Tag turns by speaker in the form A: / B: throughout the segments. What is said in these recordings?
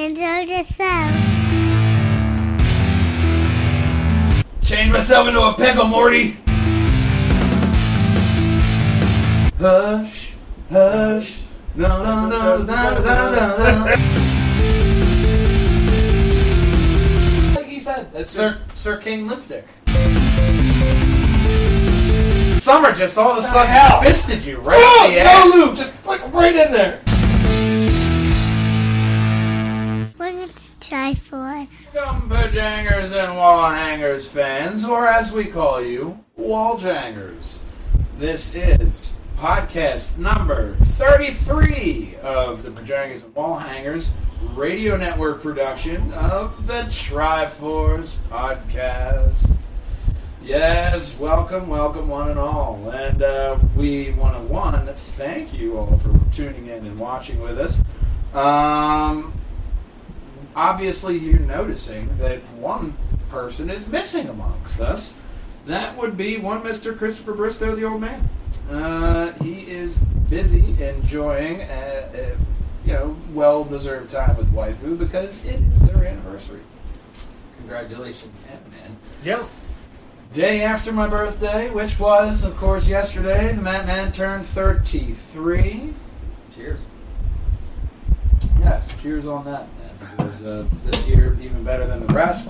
A: Change yourself.
B: Change myself into a pickle, Morty. Hush, hush. No, no, no, no, no, no, no. Like he said, that's Sir, Sir King Lipstick. Summer just all of a sudden
C: hell? Oh,
B: fisted you right in the ass.
C: no, Luke, just put it right in there.
A: What did you try for us?
B: Welcome, Bojangers and Wallhangers fans, or as we call you, Walljangers. This is podcast number 33 of the Bojangers and Wallhangers radio network production of the Triforce podcast. Yes, welcome, welcome, one and all. And uh, we want to, one, thank you all for tuning in and watching with us. Um, obviously you're noticing that one person is missing amongst us. That would be one Mr. Christopher Bristow, the old man. Uh, he is busy enjoying, uh, uh, you know, well-deserved time with waifu because it is their anniversary.
C: Congratulations.
B: Yeah, man.
D: Yeah.
B: Day after my birthday, which was, of course, yesterday, the Madman turned 33.
C: Cheers.
B: Yes, cheers on that. man, Because uh, this year even better than the rest.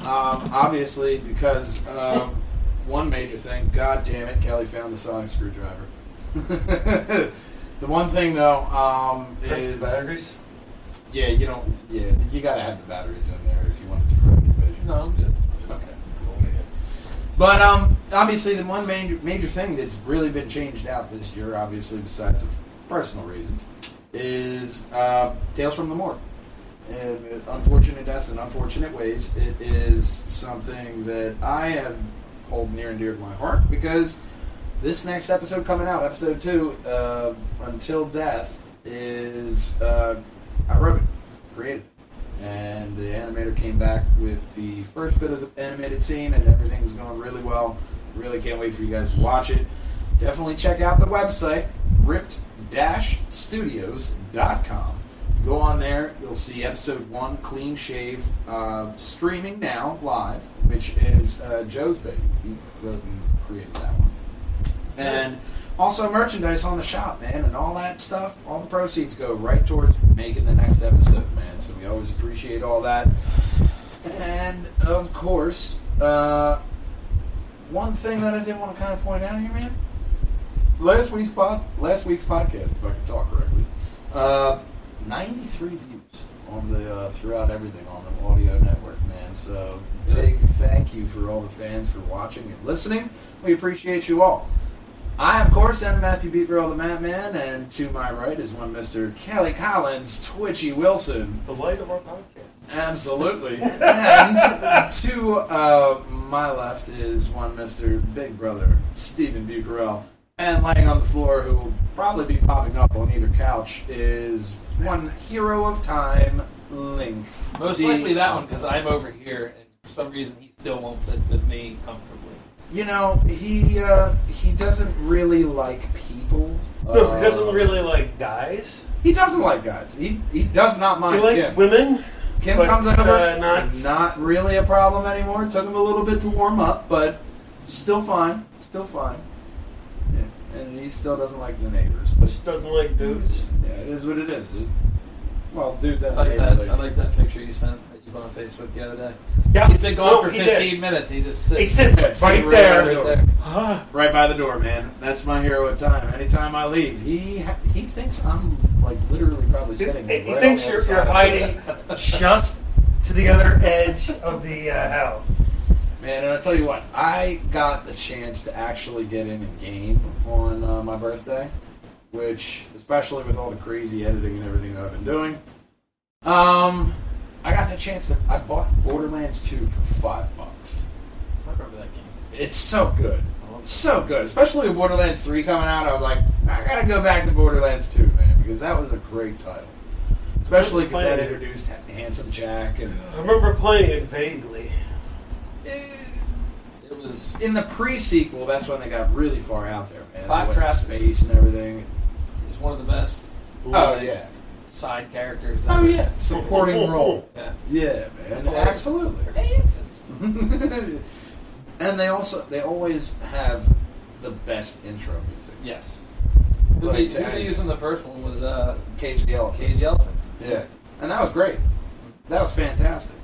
B: Um, obviously, because um, one major thing. God damn it, Kelly found the sonic screwdriver. the one thing though um, is yeah, you don't yeah you gotta have the batteries in there if you want it to correct your vision.
C: No, I'm good.
B: Okay. But um, obviously, the one major, major thing that's really been changed out this year, obviously, besides of personal reasons, is uh, Tales from the Morgue. Uh, unfortunate deaths in unfortunate ways. It is something that I have hold near and dear to my heart because this next episode coming out, episode two, uh, Until Death, is uh, I wrote it, created, it. and the animator came back with the first bit of the animated scene, and everything's going really well. Really can't wait for you guys to watch it. Definitely check out the website, ripped-studios.com. Go on there, you'll see episode one, Clean Shave, uh, streaming now live, which is uh, Joe's baby. He wrote and created that one and also merchandise on the shop, man, and all that stuff. All the proceeds go right towards making the next episode, man. So we always appreciate all that. And of course, uh, one thing that I did want to kind of point out here, man. Last week's pod, last week's podcast, if I can talk correctly, uh, ninety-three views on the uh, throughout everything on the audio network, man. So big thank you for all the fans for watching and listening. We appreciate you all. I, of course, am Matthew Beatrill, the Madman, and to my right is one Mr. Kelly Collins, Twitchy Wilson.
C: The light of our podcast.
B: Absolutely. and to uh, my left is one Mr. Big Brother, Stephen Bucarell. And laying on the floor, who will probably be popping up on either couch, is one hero of time, Link.
C: Most
B: The- uh,
C: likely that one because I'm over here and for some reason he still won't sit with me comfortably.
B: You know, he uh, he doesn't really like people.
E: No, he
B: Uh,
E: doesn't really like guys.
B: He doesn't like guys. He he does not
E: He
B: mind.
E: likes
B: Kim.
E: women.
B: Kim
E: but,
B: comes over.
E: uh, not-
B: not really a problem anymore. Took him a little bit to warm up, but still fine. Still fine. Yeah. And he still doesn't like the neighbors. But
E: Just doesn't like dudes.
B: yeah, it is what it is. It, well, dude,
C: I
B: that
C: like that. I like that picture you sent that you put on Facebook the other day.
E: Yeah,
C: He's been gone
E: no,
C: for
E: he
C: 15
E: did.
C: minutes. He just sits.
E: He sits
B: Yes,
E: right
B: he
E: there.
B: really-
C: right there.
E: Huh.
B: right by the door, man. That's my hero at time. Anytime I leave, he ha- he thinks I'm like literally probably
E: He
B: sitting.
E: he
B: right
E: thinks
B: on the
E: you're,
B: other
E: you're
B: side of
E: hiding
B: it.
E: just to the other edge of the uh, house.
B: Man, and I tell you what, I got the chance to actually get in a game on uh, my birthday, which, especially with all the crazy editing and everything that I've been doing, um, I got the chance to. I bought Borderlands 2 for five bucks.
C: I remember that game.
B: It's so good. So good. Especially with Borderlands 3 coming out, I was like, I gotta go back to Borderlands 2, man, because that was a great title. Especially because that introduced Handsome Jack and.
E: I remember playing it vaguely.
B: uh,
C: It was
B: in the pre-sequel, that's when they got really far out there, man.
C: Claptrap.
B: They went to space and everything.
C: It's one of the best
B: Oh yeah,
C: side characters. that
B: Oh
C: are-
B: yeah, supporting role.
C: yeah.
B: Yeah, man,
C: Always.
B: absolutely.
C: They're dancing.
B: and they also they always have the best intro music.
C: Yes. Who
B: Like,
C: they, who they used in the first one was uh,
B: Cage the Elephant.
C: Cage the Elephant.
B: Yeah, and that was great. That was fantastic.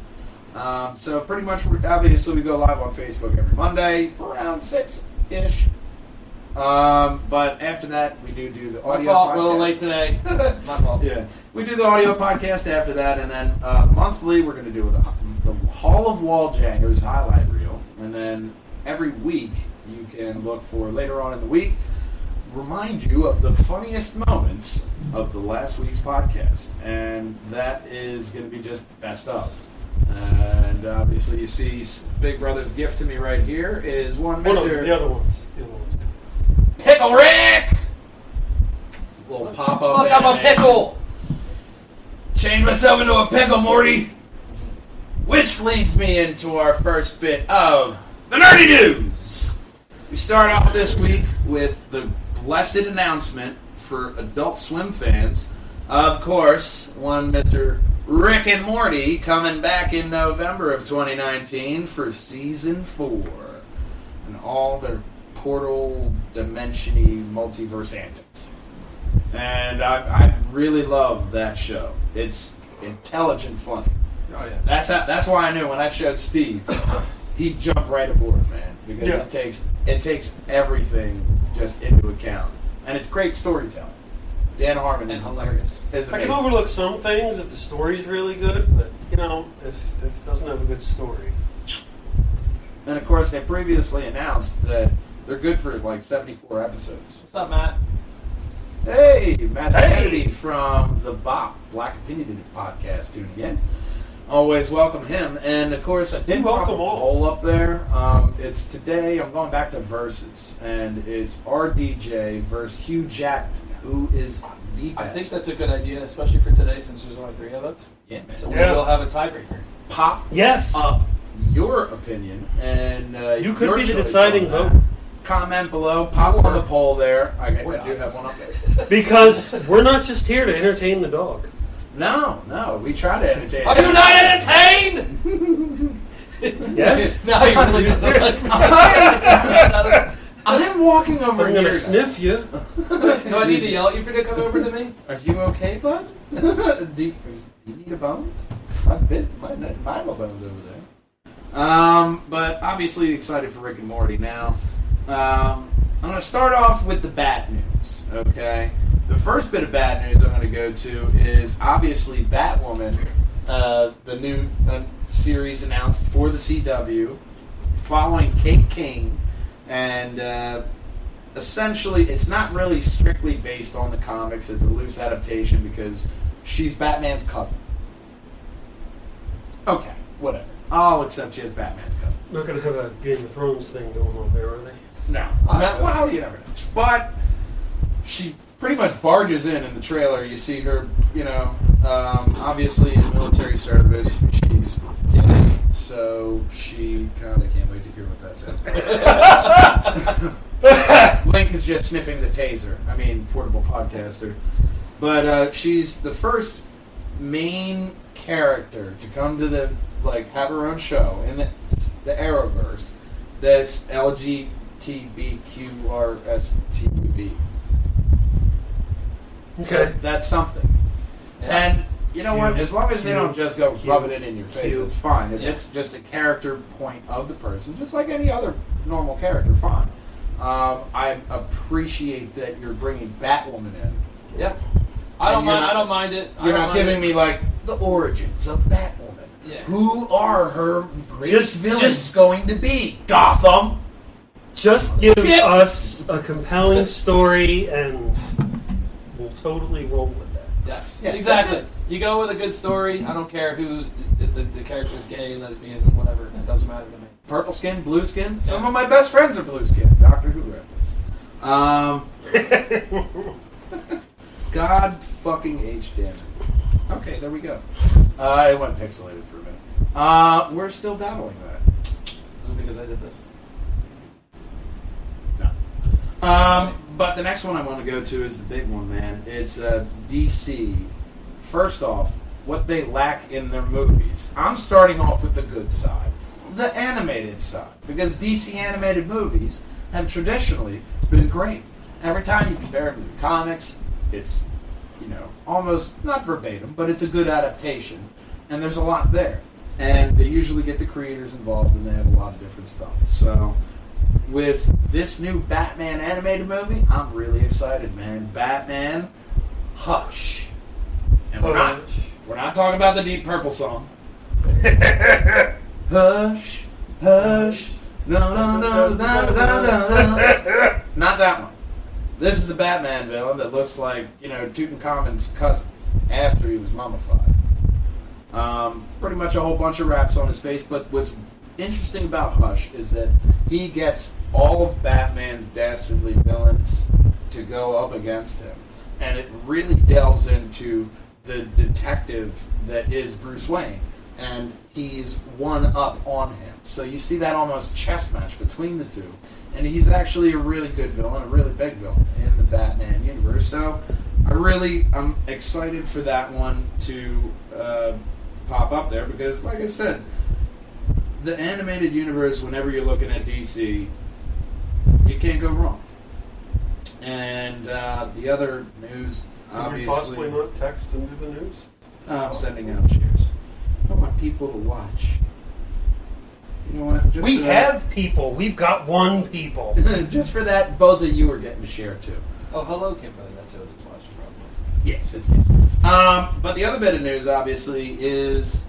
B: Um, so pretty much, we- obviously, we go live on Facebook every Monday around six ish. Um, but after that, we do do the
C: My
B: audio.
C: fault. A little
B: podcast.
C: late today. My fault.
B: Yeah, we do the audio podcast after that, and then uh, monthly we're going to do the, the Hall of Wall Jangers highlight reel, and then every week you can look for later on in the week remind you of the funniest moments of the last week's podcast, and that is going to be just best of. And obviously, you see Big Brother's gift to me right here is one
E: One of
B: Mister
E: the other ones. The other ones.
C: Pickle Rick.
B: little pop up.
C: Look, I'm a pickle.
B: Change myself into a pickle, Morty. Which leads me into our first bit of the nerdy news. We start off this week with the blessed announcement for Adult Swim fans. Of course, one Mr. Rick and Morty coming back in November of 2019 for season four and all their portal dimensiony multiverse antics and I, I really love that show. It's intelligent, funny.
C: Oh yeah.
B: That's how, that's why I knew when I showed Steve, he jumped right aboard, man, because
E: Yeah.
B: it takes it takes everything just into account, and it's great storytelling. Dan Harmon
C: And
B: is
C: hilarious.
B: Is
E: I
B: amazing.
E: can overlook some things if the story's really good, but you know, if, if it doesn't have a good story,
B: and of course, they previously announced that they're good for like seventy-four episodes.
C: What's up, Matt?
B: Hey, Matt
E: Hey.
B: Kennedy from the BOP, Black Opinionative Podcast, tuning in. Always welcome him. And of course, I did pop
E: welcome
B: a
E: all.
B: poll up there. Um, it's today, I'm going back to Versus, and it's RDJ versus Hugh Jackman, who is the
C: I
B: best.
C: think that's a good idea, especially for today, since there's only three of us.
B: yeah, man.
C: So
B: So
C: we
E: Yeah.
C: will have a tiebreaker.
B: pop
E: yes,
B: up your opinion, and uh,
E: you could
B: your
E: be the
B: choice on
E: deciding
B: that.
E: vote
B: Comment below, pop on the poll there. I, I do have one up there.
E: because we're not just here to entertain the dog.
B: No, no, we try to entertain.
C: Are you not entertained?
E: Yes,
C: no, you really doesn't.
B: I'm walking over
E: I'm
B: here.
E: gonna
B: now.
E: sniff you.
C: Do I need to yell at you for to come over to me?
B: Are you okay, bud? do, you, do you need a bone? My, bit, my, my little bone's over there. Um, but obviously excited for Rick and Morty now. Um, I'm going to start off with the bad news, okay? The first bit of bad news I'm going to go to is obviously Batwoman, uh, the new uh, series announced for the CW, following Kate Kane and. Uh, essentially it's not really strictly based on the comics it's a loose adaptation because she's batman's cousin okay whatever i'll accept she is batman's cousin
E: Not gonna have a Game of Thrones thing going on there, are they?
B: no Not- well you never know but she pretty much barges in in the trailer you see her you know um, obviously in military service she's gay, so she kind of can't wait to hear what that sounds like Link is just sniffing the taser. I mean, portable podcaster. But uh, she's the first main character to come to the like have her own show in the, the Arrowverse. That's LGBTQRSTV. So
E: Okay.
B: that's something. And you know what?
E: Cute.
B: As long as they don't
E: Cute.
B: just go
E: Cute.
B: rubbing it in your face,
E: Cute.
B: it's fine. If
C: Yeah.
B: it's just a character point of the person, just like any other normal character, fine. Um, I appreciate that you're bringing Batwoman in.
C: Yeah. I don't
B: And you're
C: mind.
B: not-
C: I don't mind it. I
B: You're
C: don't
B: not
C: mind
B: giving
C: it.
B: me like the origins of Batwoman.
C: Yeah.
B: Who are her greatest
E: Just-
B: villains
E: just-
B: going to be? Gotham.
E: Just give
B: Shit.
E: us a compelling story, and we'll totally roll with that.
C: Yes,
B: Yeah,
C: exactly.
B: that's
C: You go with a good story. I don't care who's if the, the character's gay, lesbian, whatever. It doesn't matter to me.
B: Purple skin, blue skin. Some of my best friends are blue skin. Doctor Who reference. Um, God fucking H, damn it. Okay, there we go. Uh, it went pixelated for a minute. Uh, we're still battling that.
C: Is it because I did this?
B: No. Um, but the next one I want to go to is the big one, man. It's uh, DC first off, what they lack in their movies. I'm starting off with the good side, the animated side, because DC animated movies have traditionally been great. Every time you compare them to the comics, it's, you know, almost not verbatim, but it's a good adaptation, and there's a lot there. And they usually get the creators involved, and they have a lot of different stuff. So, with this new Batman animated movie, I'm really excited, man. Batman, Hush. And we're not, we're not talking about the Deep Purple song. Hush, hush, no, no, no, no, no, no, no. Not that one. This is the Batman villain that looks like, you know, Tutankhamun's cousin after he was mummified. Um, pretty much a whole bunch of raps on his face, but what's interesting about Hush is that he gets all of Batman's dastardly villains to go up against him. And it really delves into the detective that is Bruce Wayne. And he's one up on him. So you see that almost chess match between the two. And he's actually a really good villain, a really big villain in the Batman universe. So I really, I'm excited for that one to uh, pop up there because, like I said, the animated universe, whenever you're looking at DC, you can't go wrong. And uh, the other news,
E: Could you possibly
B: obviously,
E: not text and do the news?
B: I'm sending out cheers. I want people to watch. You know what? Just
E: we
B: for that-
E: have people. We've got one people.
B: just for that, both of you are getting a share too.
C: Oh, hello, Kimberly. That's who it is watching, probably.
B: Yes, it's me. Um, but the other bit of news, obviously, is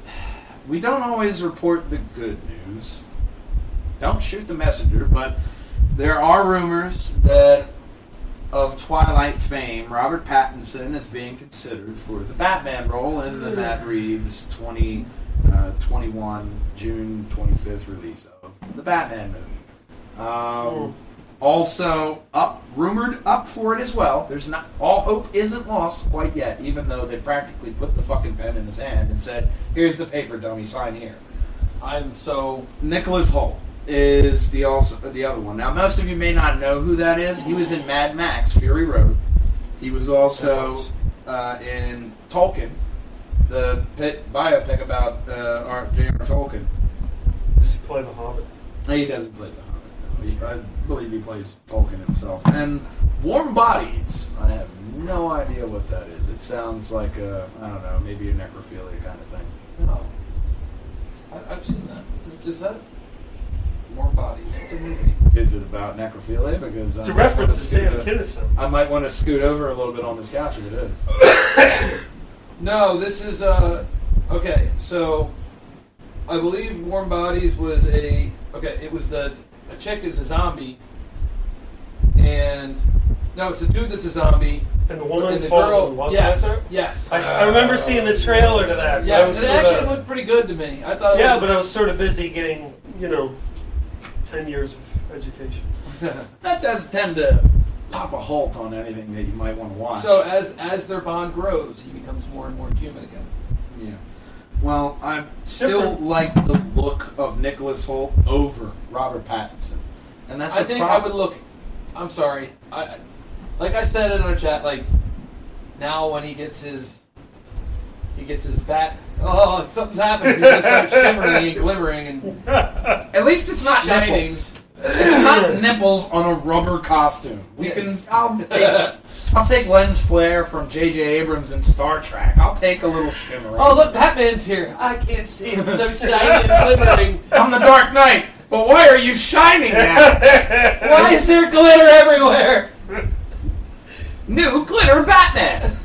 B: we don't always report the good news. Don't shoot the messenger, but there are rumors that of Twilight fame, Robert Pattinson is being considered for the Batman role in the Matt Reeves 20, uh, 21 June 25th release of the Batman movie. Um, also, up rumored up for it as well. There's not all hope isn't lost quite yet, even though they practically put the fucking pen in his hand and said, "Here's the paper, dummy, sign here."
C: I'm so.
B: Nicholas Holt is the also the other one. Now, most of you may not know who that is. He was in Mad Max: Fury Road. He was also uh, in Tolkien, the pit biopic about uh, R- J.R. Tolkien.
E: Does he play the Hobbit?
B: No, He doesn't play the Hobbit. No. He, I believe he plays Tolkien himself. And Warm Bodies. I have no idea what that is. It sounds like a I don't know, maybe a necrophilia kind of thing.
C: No. I, I've seen that. Is, is that. More bodies. It's a movie.
B: Is it about necrophilia? Because
E: It's a reference to Sam
B: Kidd.
E: Kinison.
B: I might want to scoot over a little bit on this couch if it is.
C: No, this is uh okay. So I believe Warm Bodies was a okay. It was the a chick is a zombie, and no, it's a dude that's a zombie.
E: And the woman
C: and the
E: falls
C: girl,
E: in love
C: yes,
E: with her?
C: yes,
E: I, I remember seeing the trailer to that. but I
C: yes.
E: was
C: It
E: sort
C: actually
E: of- uh,
C: looked pretty good to me. I thought.
E: Yeah,
C: it
E: but I was sort of busy getting, you know, 10 years of education.
B: That does tend to pop a halt on anything that you might want to watch.
C: so uh, as as their bond grows, he becomes more and more human again.
B: yeah. Well, I still
E: Different.
B: like the look of Nicholas Holt over Robert Pattinson, and that's.
C: I
B: the
C: think I
B: problem.
C: would look. I'm sorry. I I- like I said in our chat. Like now, when he gets his he gets his bat. Oh, something's happened. He just starts shimmering and glimmering and
B: At least it's not
C: Shining.
B: nipples. It's not nipples on a rubber costume. We can. I'll take. I'll take lens flare from J.J. Abrams and Star Trek. I'll take a little shimmer.
C: oh look, Batman's here. I can't see. It's so shiny and glimmering.
B: I'm the Dark Knight, but why are you shining now?
C: Why is there glitter everywhere?
B: New glitter Batman.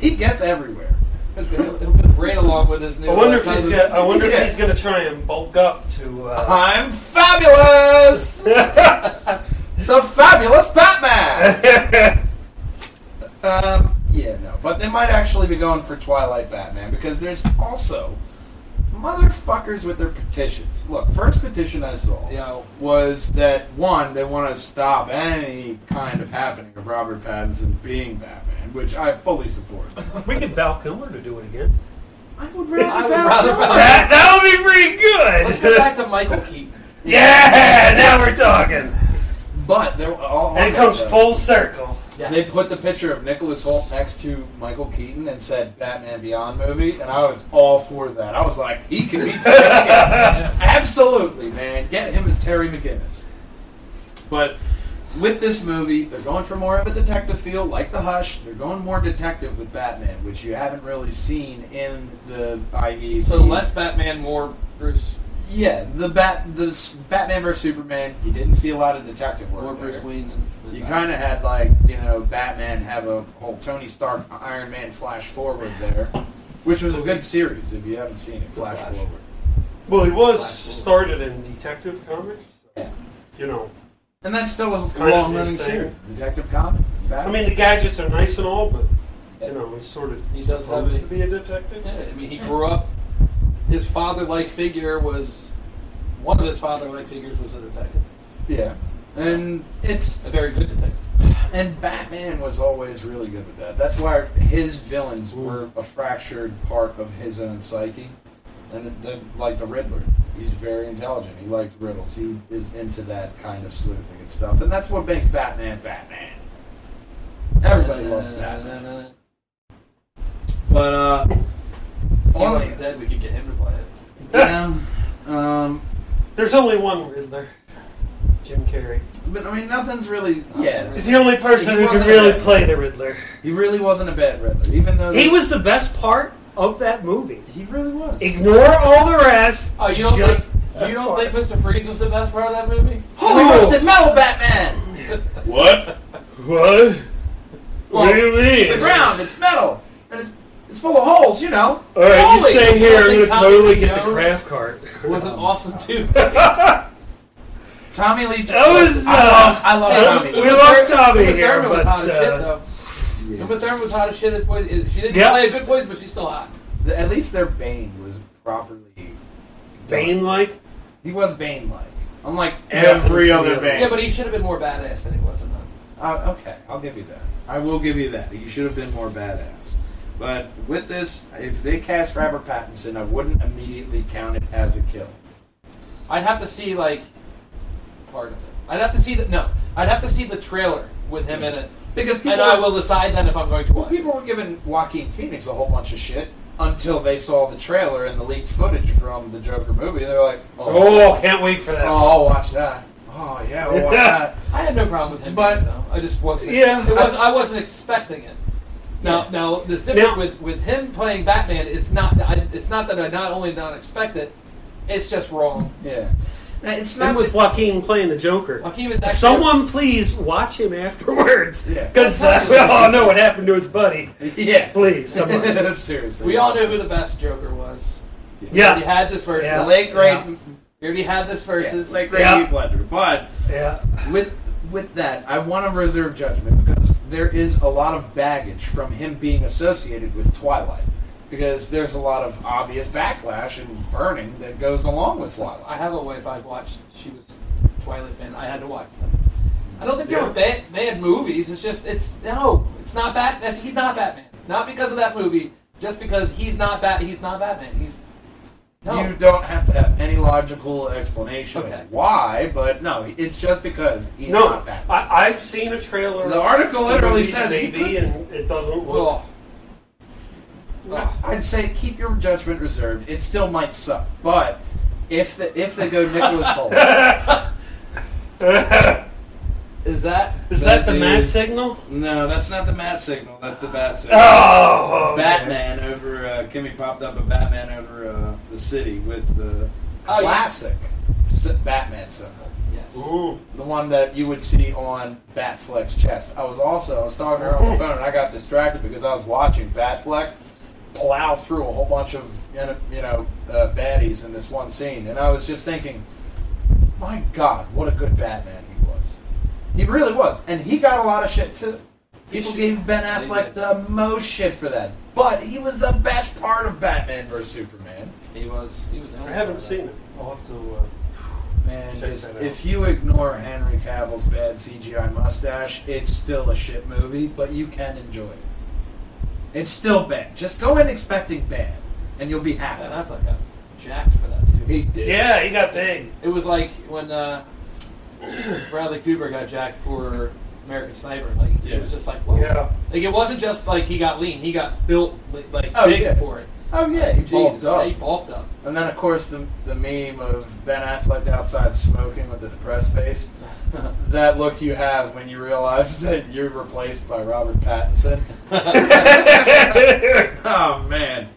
B: He gets everywhere.
C: He'll, he'll fit right along with his new.
E: I wonder if
C: uh,
E: he's gonna, I wonder
B: Yeah.
E: if he's gonna try and bulk up to. Uh,
B: I'm fabulous! the fabulous Batman! um, yeah, no. But they might actually be going for Twilight Batman because there's also motherfuckers with their petitions. Look, first petition I saw
C: You know,
B: was that one, they want to stop any kind of happening of Robert Pattinson being Batman, which I fully support.
E: we could Val Kilmer to do it again.
B: I would
C: I would rather.
E: That that would be pretty good.
C: Let's go back to Michael Keaton.
E: yeah, now we're talking.
B: But there, all, all
E: And it comes
B: that-
E: full circle. Yes.
B: They put the picture of Nicholas Holt next to Michael Keaton and said Batman Beyond movie, and I was all for that. I was like, he can be Terry McGinnis. Absolutely, man. Get him as Terry McGinnis. But with this movie, they're going for more of a detective feel, like The Hush. They're going more detective with Batman, which you haven't really seen in the IE.
C: So less Batman, more Bruce,
B: Yeah, the bat, the s- Batman vs Superman. You didn't see a lot of detective work.
C: more
B: there.
C: Bruce Wayne. than-
B: You kind of had like you know Batman have a whole Tony Stark Iron Man flash forward there, which was a good series if you haven't seen it. Flash,
C: Flash.
B: forward.
E: Well, he was
C: Flash Gordon.
E: started in Detective Comics.
B: Yeah.
E: You know,
B: And that's still a
E: kind of
B: long running
E: his thing.
B: series. Detective Comics.
E: I
B: Batman.
E: mean, the gadgets are nice and all, but you know, he's sort of
C: He does have
E: supposed
C: a-
E: to be a detective.
C: Yeah, I mean, he grew up. His father-like figure was one of his father-like figures was a detective,
B: yeah. And it's
C: a very good detective.
B: and Batman was always really good with that. That's why his villains
D: Mm.
B: were a fractured part of his own psyche. And that's like the Riddler. He's very intelligent. He likes riddles. He is into that kind of sleuthing and stuff. And that's what makes Batman Batman. Everybody loves Batman. But uh
C: If he
B: on
C: wasn't
B: the-
C: dead, we could get him to play it.
B: yeah, um
E: There's only one Riddler, Jim Carrey.
B: but I mean nothing's really yeah.
E: He's the only person
B: He
E: who can
B: wasn't
E: really
B: a-
E: play the Riddler.
B: He really wasn't a bad Riddler, even though
D: He was the best part of that movie.
B: he really was.
D: Ignore all the rest.
C: Oh, you don't
D: just
C: think you don't think Mr. Freeze was the best part of that movie?
B: Holy
D: No.
B: rusted metal Batman!
D: What? What? what do you mean?
B: the ground. It's metal, and it's it's full of holes. You know.
D: All right,
B: Holy-
D: you stay here. I'm
C: Holy
D: gonna
C: Tommy
D: totally get the
C: Jones.
D: craft cart.
C: It was an awesome too.
B: Tommy Lee. Jones.
D: That was,
B: I love, I love
D: uh,
B: Tommy.
D: we
B: Lee.
D: love Tommy
C: Uma
D: here,
C: Thurman was
D: but,
C: hot as
D: uh,
C: shit though. Uma Thurman was hot as shit as poison. She didn't
D: Yep.
C: play a good poison, but she's still hot.
B: At least their Bane was properly. done.
E: Bane like.
B: He was Bane like, unlike
D: Yeah,
B: every
D: he's
B: other
D: the-
B: Bane.
C: Yeah, but he should have been more badass than he was in that.
B: Uh, okay, I'll give you that. I will give you that. You should have been more badass. But with this, if they cast Robert Pattinson, I wouldn't immediately count it as a kill.
C: I'd have to see like part of it. I'd have to see the no. I'd have to see the trailer with him in it,
B: Because people
C: and I will decide then if I'm going to
B: Well,
C: watch. it.
B: people were giving Joaquin Phoenix a whole bunch of shit until they saw the trailer and the leaked footage from the Joker movie. They were like,
D: Oh,
B: oh,
D: can't wait for that.
B: oh, I'll watch that. Oh, yeah, I'll watch that.
C: I had no problem with him,
B: But-
C: but though. I just wasn't.
D: Yeah.
C: it was, I wasn't expecting it. Now, now this difference
D: Now-
C: with with him playing Batman is not. I, it's not that I not only not expect it, it's just wrong.
B: Yeah. Now, it's
D: And
B: not
D: with
B: with
D: Joaquin playing the Joker.
C: Joaquin was actually
D: Someone please watch him afterwards.
B: Yeah.
D: Because uh, we all know what happened to his buddy.
B: yeah.
D: Please, someone.
B: Seriously,
C: We all knew who the best Joker was. We already
D: yeah.
C: had this versus.
D: Yeah.
B: late great,
D: Yeah.
C: We already had this versus.
B: late great
D: Yeah.
B: Heath Ledger, but
D: Yeah.
B: with with that, I want to reserve judgment because there is a lot of baggage from him being associated with Twilight. Because there's a lot of obvious backlash and burning that goes along with Twilight.
C: I have a wife I've watched. She was a Twilight fan. I had to watch them. I don't think they were bad, bad movies. It's just it's no, it's not Bat. That's, he's not Batman. Not because of that movie. Just because he's not Bat. He's not Batman. He's no.
B: You don't have to have any logical explanation
C: Okay.
B: of why, but no, it's just because he's
E: No,
B: not that.
E: I, I've seen a trailer.
B: The article literally says he
E: maybe,
B: could-
E: and it doesn't look.
C: Well,
B: I'd say keep your judgment reserved. It still might suck, but if the if they go Nicholas Holt,
C: is that
E: Is that
B: That
E: the
B: is-
E: mad signal?
B: no, that's not the Matt signal. That's the Bat signal.
D: Oh.
B: Batman over uh, Kimmy popped up a Batman over uh, the city with the
C: Oh, yeah.
B: classic s- Batman symbol.
C: yes?
E: Ooh.
B: the one that you would see on Batfleck's chest. I was also I was talking to her on the phone and I got distracted because I was watching Batfleck plow through a whole bunch of you know uh, baddies in this one scene, and I was just thinking, my God, what a good Batman he was. He really was, and he got a lot of shit too. People gave Ben Affleck the most shit for that, but he was the best part of Batman vs Superman.
C: He was. He was.
E: I haven't seen it. I'll have to. Uh,
B: Man,
E: Check
B: just
E: that out.
B: if you ignore Henry Cavill's bad CGI mustache, it's still a shit movie, but you can enjoy it. It's still bad. Just go in expecting bad, and you'll be
C: Ben
B: happy.
C: Affleck got jacked for that too.
B: He did.
E: yeah, he got big.
C: It was like when uh, Bradley Cooper got jacked for American Sniper. Like
D: Yeah.
C: it was just like whoa.
E: Yeah.
C: Like it wasn't just like he got lean; he got built li- like
B: Oh,
C: big
B: yeah.
C: for it.
B: Oh yeah, he
C: Jesus,
B: bulked up.
C: he bulked up.
B: And then, of course, the, the meme of Ben Affleck outside smoking with the depressed face. That look you have when you realize that you're replaced by Robert Pattinson. oh, man.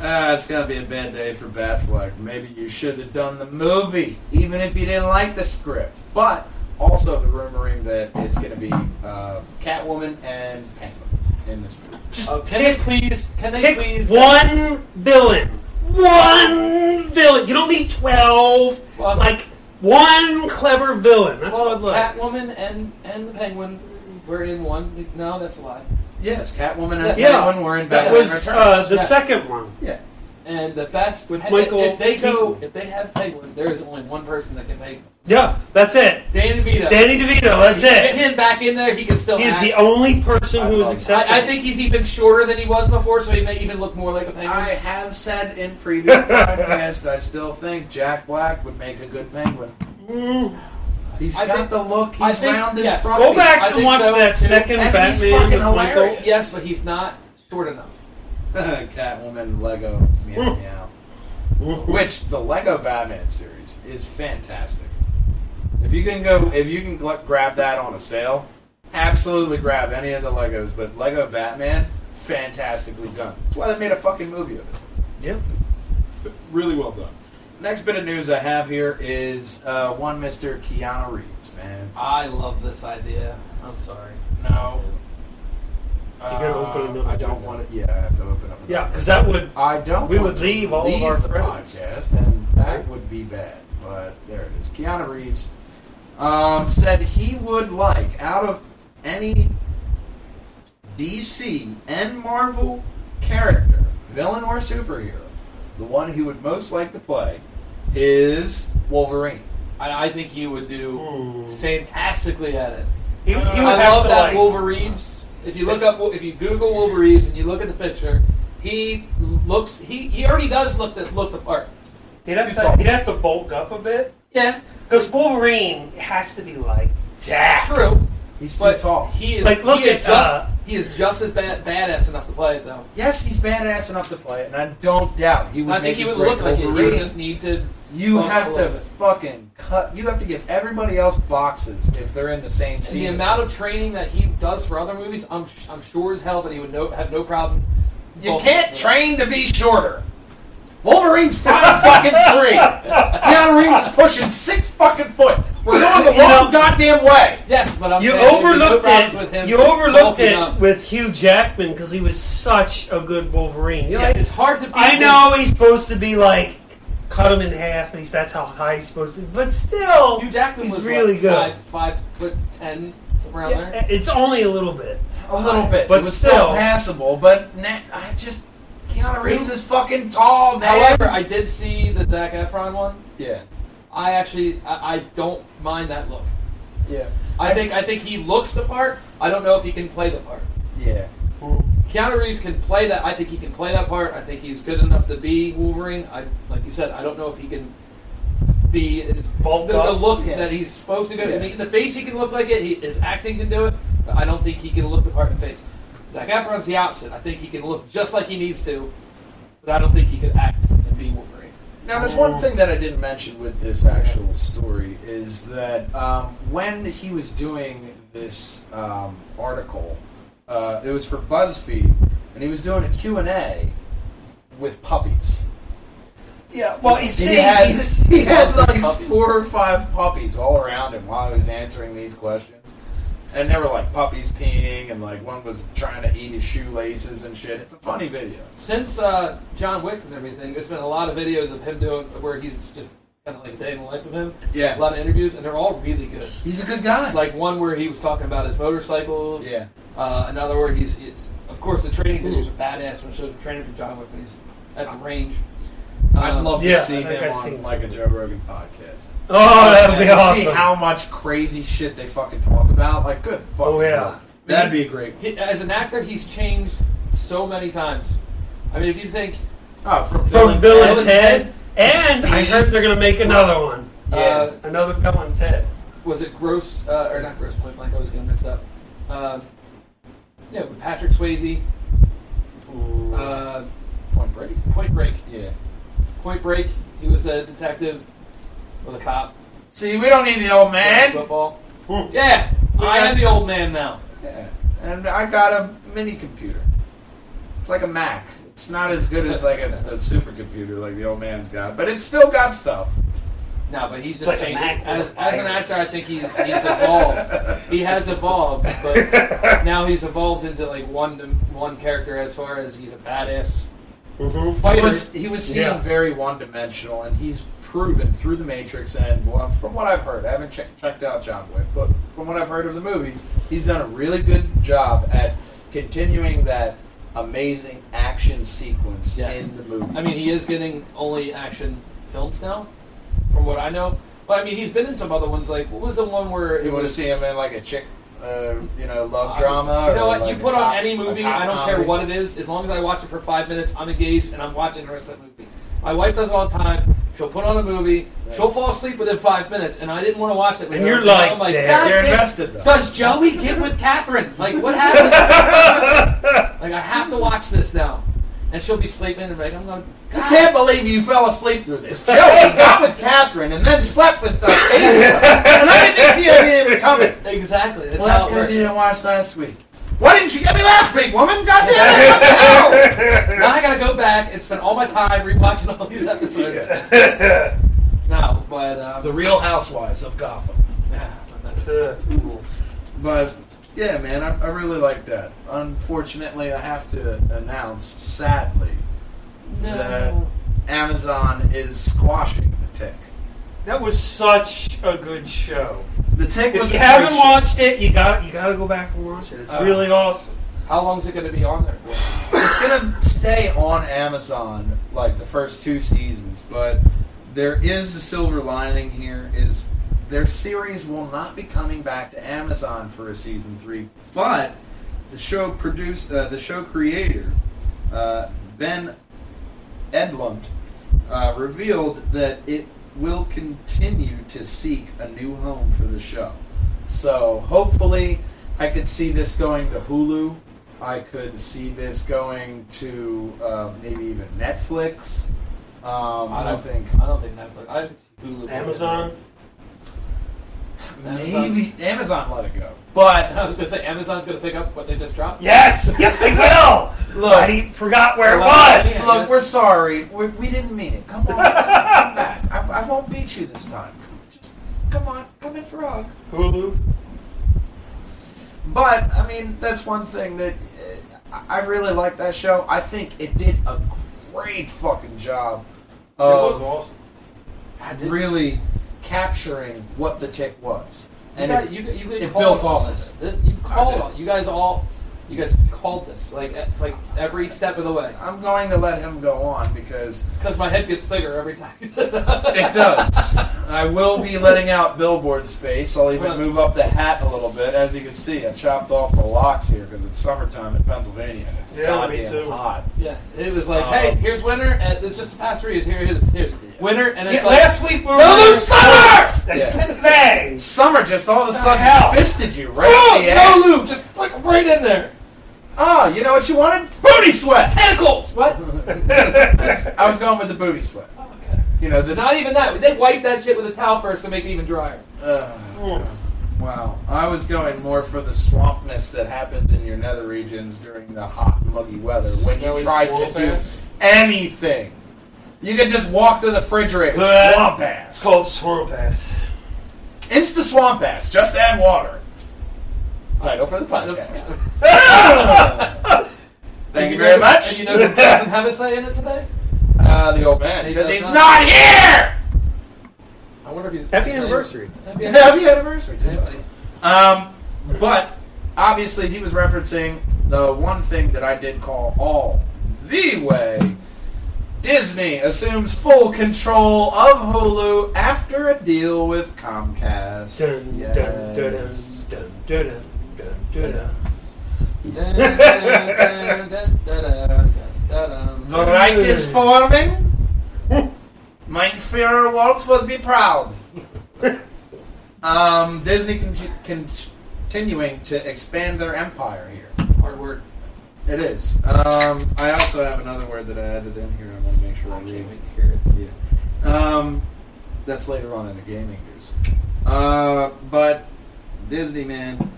B: Ah, it's going to be a bad day for Batfleck. Maybe you should have done the movie, even if you didn't like the script. But also the rumoring that it's going to be uh, Catwoman and Penguin in this movie.
E: Just
C: Oh, can they please? Can they
E: pick
C: please?
E: one villain. One villain. You don't need twelve.
C: Well,
E: like one clever villain. That's
C: well,
E: what I'd like.
C: Catwoman and and the Penguin were in one. No, that's a lie.
B: Yes, Catwoman and
E: Yeah.
B: Penguin were in
E: that
B: Batman
E: was
B: Returns.
E: uh, the
C: Yeah.
E: second one.
B: yeah.
C: And the best
E: With
C: if-
E: Michael
C: If they go,
E: Keaton.
C: if they have Penguin, there is only one person that can make
E: Yeah, that's it.
C: Danny DeVito.
E: Danny DeVito. That's
C: Get
E: it.
C: him back in there; he can still.
E: He's
C: act.
E: the only person who was
B: I- I
E: accepted.
C: I, I think he's even shorter than he was before, so he may even look more like a penguin.
B: I have said in previous podcasts, I still think Jack Black would make a good penguin.
E: Mm,
B: He's
C: I
B: got
C: think-
B: the look.
C: I
B: He's
C: think-
B: rounded
C: yes.
B: front.
E: go back
C: I
E: and
C: think
E: watch
C: so,
E: that
C: too.
E: second
B: And he's
E: Batman
B: fucking
E: with Michael.
B: hilarious.
C: Oh, yes, but he's not short enough.
B: Catwoman, Lego, meow
E: Mm.
B: meow. Which the Lego Batman series is fantastic. If you can go, if you can gl- grab that on a sale, absolutely grab any of the Legos. But Lego Batman, fantastically done. That's why they made a fucking movie of it.
E: Yep.
D: Really well done.
B: Next bit of news I have here is uh, one Mr. Keanu Reeves, man.
C: I love this idea. I'm sorry.
B: No. Uh,
E: gotta open another
B: I don't
E: window.
B: want it. Yeah, I have to open up. another
E: Yeah, because
B: window.
E: that would.
B: I don't.
E: we
B: want
E: would
B: to
E: leave all of our
B: the
E: friends.
B: podcast, and that would be bad. But there it is. Keanu Reeves um, said he would like out of any DC and Marvel character, villain or superhero, the one he would most like to play is Wolverine.
C: I, I think you would do
E: Mm.
C: fantastically at it.
E: He, he would
C: I
E: have
C: love
E: to
C: that
E: like,
C: Wolverine. If you look up, if you Google Wolverine and you look at the picture, he looks. He he already does look the look the part.
E: He'd have, to, he'd have to bulk up a bit.
C: Yeah,
E: Because Wolverine has to be like jacked.
C: true.
B: He's too
C: But
B: tall.
C: he is
E: Like, look
C: he is
E: at,
C: just
E: uh,
C: he is just as bad badass enough to play it though.
B: Yes, he's badass enough to play it, and I don't doubt he would.
C: I
B: make
C: think he
B: a
C: would
B: great
C: look like it. You
B: Wolverine.
C: would just need to.
B: You
C: bump a
B: have
C: little
B: to
C: bit.
B: fucking cut. You have to give everybody else boxes if they're in the same
C: the
B: scene.
C: amount of training that he does for other movies, I'm I'm sure as hell that he would no, have no problem.
B: you can't train to be shorter. Wolverine's five fucking three. Keanu Reeves is pushing six fucking foot. We're going the
E: You
B: wrong
E: know-
B: goddamn way.
C: Yes, but I'm
E: You
C: saying there'd be no
E: overlooked
C: problems
E: it.
C: With him
E: you overlooked
C: bulking
E: it
C: up.
E: with Hugh Jackman because he was such a good Wolverine. You're
C: Yeah,
E: like,
C: it's hard to. Beat
E: I
C: him.
E: know he's supposed to be like cut him in half, and he's that's how high he's supposed to. be, But still,
C: Hugh Jackman
E: he's
C: was
E: really
C: what,
E: good.
C: Five, five foot ten something around
E: Yeah,
C: there.
E: it's only a little bit.
B: A little bit,
E: But
B: it was
E: still-
B: passable. But na- I just Keanu Reeves is fucking tall, man.
C: However, I did see the Zac Efron one.
B: yeah,
C: I actually I, I don't mind that look.
B: yeah,
C: I think I think he looks the part. I don't know if he can play the part.
B: yeah.
C: Keanu Reeves can play that. I think he can play that part. I think he's good enough to be Wolverine. I like you said. I don't know if he can be his, the,
E: Bulked
C: the
E: up?
C: look
B: Yeah.
C: that he's supposed to do.
B: Yeah.
C: I mean, in the face he can look like it. He, his acting can do it. But I don't think he can look the part in the face. Zac Efron's the opposite. I think he can look just like he needs to, but I don't think he could act and be Wolverine.
B: Now, there's one thing that I didn't mention with this actual story is that um, when he was doing this um, article, uh, it was for BuzzFeed, and he was doing a Q and A with puppies.
E: Yeah, well, he's
B: He
E: saying
B: had,
E: he's
B: he had like
C: Puppies.
B: four or five puppies all around him while he was answering these questions. And they were like puppies peeing, and like one was trying to eat his shoelaces and shit. It's a funny video.
C: Since uh, John Wick and everything, there's been a lot of videos of him doing where he's just kind of like a day in the life of him.
B: Yeah.
C: a lot of interviews, and they're all really good.
B: He's a good guy.
C: like one where he was talking about his motorcycles.
B: Yeah.
C: Uh, another where he's, it, of course, the training videos are badass when it shows him training for John Wick when he's at the range.
B: I'd
C: Um,
B: love
E: Uh, Yeah,
B: to see
E: I think
B: him
E: I've seen
B: on like a Joe Rogan podcast.
E: oh, that would be
B: and
E: awesome.
B: See how much crazy shit they fucking talk about. Like, good. Fucking
E: Oh, yeah.
B: Lord. that'd be a great.
C: He, as an actor, he's changed so many times. I mean, if you think
B: Oh, from,
E: From Bill and Ted,
B: Ted.
E: and I heard they're gonna make another one.
C: uh,
B: Yeah.
E: Another Bill and Ted.
C: was it gross uh, or not gross point blank? I was going to mix up. Uh, yeah, with Patrick Swayze,
E: Ooh.
C: uh,
B: Point Break.
C: Point Break.
B: Yeah.
C: Point Break. He was a detective or the cop.
B: See, we don't need the old
C: playing
B: man.
C: Football.
E: Hmm.
C: Yeah, I
B: got-
C: am the old man now.
B: Yeah. And I got a mini computer. It's like a Mac. It's not as good as like a, a supercomputer like the old man's got, but it's still got stuff.
C: No, but he's
E: It's
C: just
E: like a
C: changed.
E: Mac
C: As,
E: with a
C: as an
E: virus.
C: actor, I think he's he's evolved. he has evolved, but now he's evolved into like one one character as far as he's a badass
E: Mhm.
B: He
C: fighter.
B: was he was seen
D: Yeah.
B: very one dimensional, and he's proven through the Matrix and well, from what I've heard, I haven't che- checked out John Wick, but from what I've heard of the movies, he's done a really good job at continuing that amazing action sequence
C: Yes.
B: in the movie.
C: I mean, he is getting only action films now, from what I know. But I mean, he's been in some other ones. Like, what was the one where
B: You
C: it
B: want to
C: was?
B: see him in like a chick, uh, you know, love
C: I-
B: drama?
C: You know
B: or,
C: what?
B: like,
C: you
B: a
C: put
B: cop-
C: on any
B: a
C: movie,
B: cop
C: I don't care
B: comedy?
C: what it is, as long as I watch it for five minutes, I'm engaged and I'm watching the rest of the movie. My wife does it all the time. She'll put on a movie,
B: Right.
C: she'll fall asleep within five minutes, and I didn't want to watch it. with
D: And
C: her
D: you're
C: because
D: like,
C: I'm like,
D: "Damn,
C: "God
B: They're
C: damn,
B: invested though.
C: does Joey get with Catherine? Like, what happened? like, I have to watch this now. And she'll be sleeping, and like, I'm going,
B: I
C: God,
B: can't believe you fell asleep through this. Joey got with Catherine and then slept with the and I didn't see any of it coming.
C: Exactly. That's
B: Well,
C: how
B: that's
C: it
B: because
C: works.
B: you didn't watch last week. Why didn't you get me last week, woman? God damn it! What the hell?
C: Now I gotta go back and spend all my time rewatching all these episodes. No, but um,
D: the Real Housewives of Gotham.
C: yeah, I'm not-
E: To- ooh.
B: But yeah, man, I, I really like that. Unfortunately, I have to announce, sadly, that
C: no.
B: Amazon is squashing the tick.
E: That was such a good show.
B: The tick was
E: If you
B: a
E: haven't
B: great
E: watched it, you got you got to go back and watch it. It's
C: Uh,
E: really awesome.
C: How long's it gonna be on there for?
B: it's gonna stay on Amazon like the first two seasons, but there is a silver lining here is their series will not be coming back to Amazon for a season three, but the show produced uh, the show creator uh, Ben Edlund uh, revealed that it will continue to seek a new home for the show. So hopefully, I could see this going to Hulu. I could see this going to uh, maybe even Netflix. Um, I,
C: don't
B: think
C: I don't think Netflix. I haven't seen Hulu.
E: Amazon.
B: maybe Amazon let it go, but
C: I was gonna say Amazon's gonna pick up what they just dropped.
D: Yes, yes, they will.
B: Look.
D: I forgot where it
C: Well,
D: was.
C: yeah.
B: Look, we're sorry. We, we didn't mean it. Come on. Come back. I, I won't beat you this time. Just come on. Come in for a hug.
E: Hulu.
B: But, I mean, that's one thing that uh, I I really like that show. I think it did a great fucking job
E: it was
B: of
E: awesome.
B: really capturing what the tick was.
C: And
B: And
C: you,
B: it-
C: got, you, you,
B: it
C: called
B: built off
C: on
B: of
C: this. this. You called.
B: did.
C: on- You guys all. You guys called this like at, like every step of the way.
B: I'm going to let him go on because
C: Because my head gets bigger every time.
B: It does. I will be letting out billboard space. I'll even move up the hat a little bit. As you can see, I chopped off the locks here because it's summertime in Pennsylvania. and It's
E: Yeah, me
B: goddamn
E: too.
B: hot.
C: Yeah, it was like,
B: Um,
C: hey, here's winter, and it's just the past three years. Here, here's, here's winter, and it's
D: Yeah,
C: like,
D: last week we were
C: No, Luke
B: Summer!
D: Yeah. Bang!
B: Summer just all of a sudden
D: hell?
B: fisted you right
C: oh,
B: in the ass.
C: no, Luke, just click right in there.
B: Oh, you know what you wanted? Booty sweat!
C: Tentacles. What?
B: I was going with the booty sweat.
C: Okay.
B: You know, the
C: Not even that. They wiped that shit with a towel first to make it even drier.
B: Uh, wow. I was going more for the swampness that happens in your nether regions during the hot, muggy weather when you
C: Smelly
B: try to
C: swamp
B: do
C: ass.
B: anything. You can just walk to the refrigerator.
E: Uh,
B: swamp ass.
E: It's called Swirl Pass.
B: Insta swamp ass. Just add water. Title for the podcast. Thank you very much.
C: And you know who doesn't have a say in it today?
B: uh, the old man.
C: He
B: Because
C: does
B: he's
C: not.
B: not here!
C: I wonder if you.
E: Happy anniversary.
C: Happy anniversary.
B: Happy anniversary.
C: Hey, buddy.
B: Um, but obviously, he was referencing the one thing that I did call all the way. Disney assumes full control of Hulu after a deal with Comcast.
E: Dun, dun, dun, dun,
B: Yes.
E: dun, dun, dun, dun, dun.
C: Dun, dun, dun, dun, dun, dun,
B: The
C: dun.
B: Reich is forming. Mein Führer Waltz will be proud. um, Disney con- con- continuing to expand their empire here.
C: Hard work.
B: It is. Um, I also have another word that I added in here. I want to make sure I read.
C: to hear it.
B: Yeah. Um, that's later on in the gaming news. Uh, but Disney, man,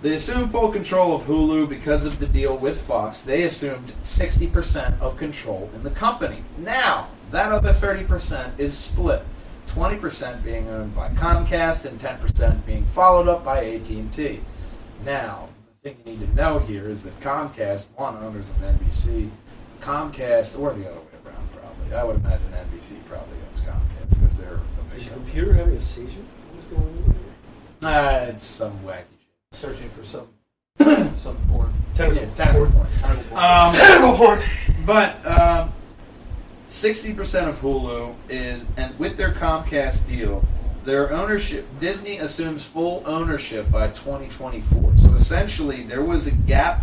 B: they assumed full control of Hulu because of the deal with Fox. They assumed 60% of control in the company. Now, that other 30% is split. 20% being owned by Comcast and 10% being followed up by AT&T. Now, the thing you need to know here is that Comcast, one, owners of NBC, Comcast, or the other way around, probably. I would imagine NBC probably owns Comcast because they're a
E: Is
B: big company.
E: your computer having a seizure? What's going on here?
B: Uh, it's some wacky shit.
C: Searching for some some porn.
B: Yeah, tentacle porn.
C: Tentacle porn.
B: Um,
E: Terrible porn.
B: But um, sixty percent of Hulu is, and with their Comcast deal, their ownership Disney assumes full ownership by 2024. So essentially, there was a gap,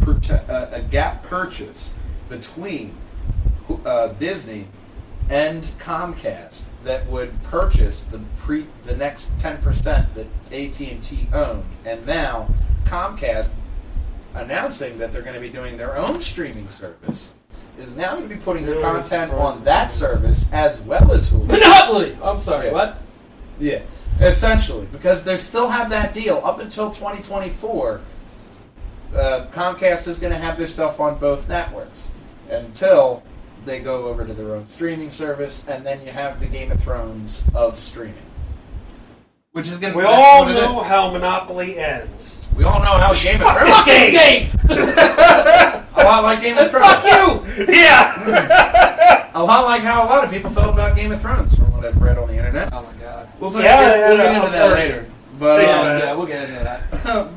B: prote- uh, a gap purchase between uh, Disney and Comcast that would purchase the pre the next 10 percent that AT and T owned, and now Comcast announcing that they're going to be doing their own streaming service is now going to be putting the
E: Really
B: content on
E: surprising.
B: that service as well as Hulu.
C: Monopoly. Oh, I'm sorry.
B: Yeah.
C: What?
B: Yeah, essentially, because they still have that deal up until 2024. Uh, Comcast is going to have their stuff on both networks until they go over to their own streaming service, and then you have the Game of Thrones of streaming, which is going to
E: We all know how Monopoly ends.
B: we all know how Game of Thrones
E: this
B: game. a lot like Game of Thrones.
C: you.
E: Yeah!
B: A lot like how a lot of people felt about Game of Thrones from what I've read on the internet.
C: Oh my god.
B: We'll
E: Yeah,
B: we'll get
E: yeah, yeah,
B: into
E: of
B: that
E: course.
B: later. But
E: Yeah,
B: um,
E: man.
C: yeah, we'll get into that.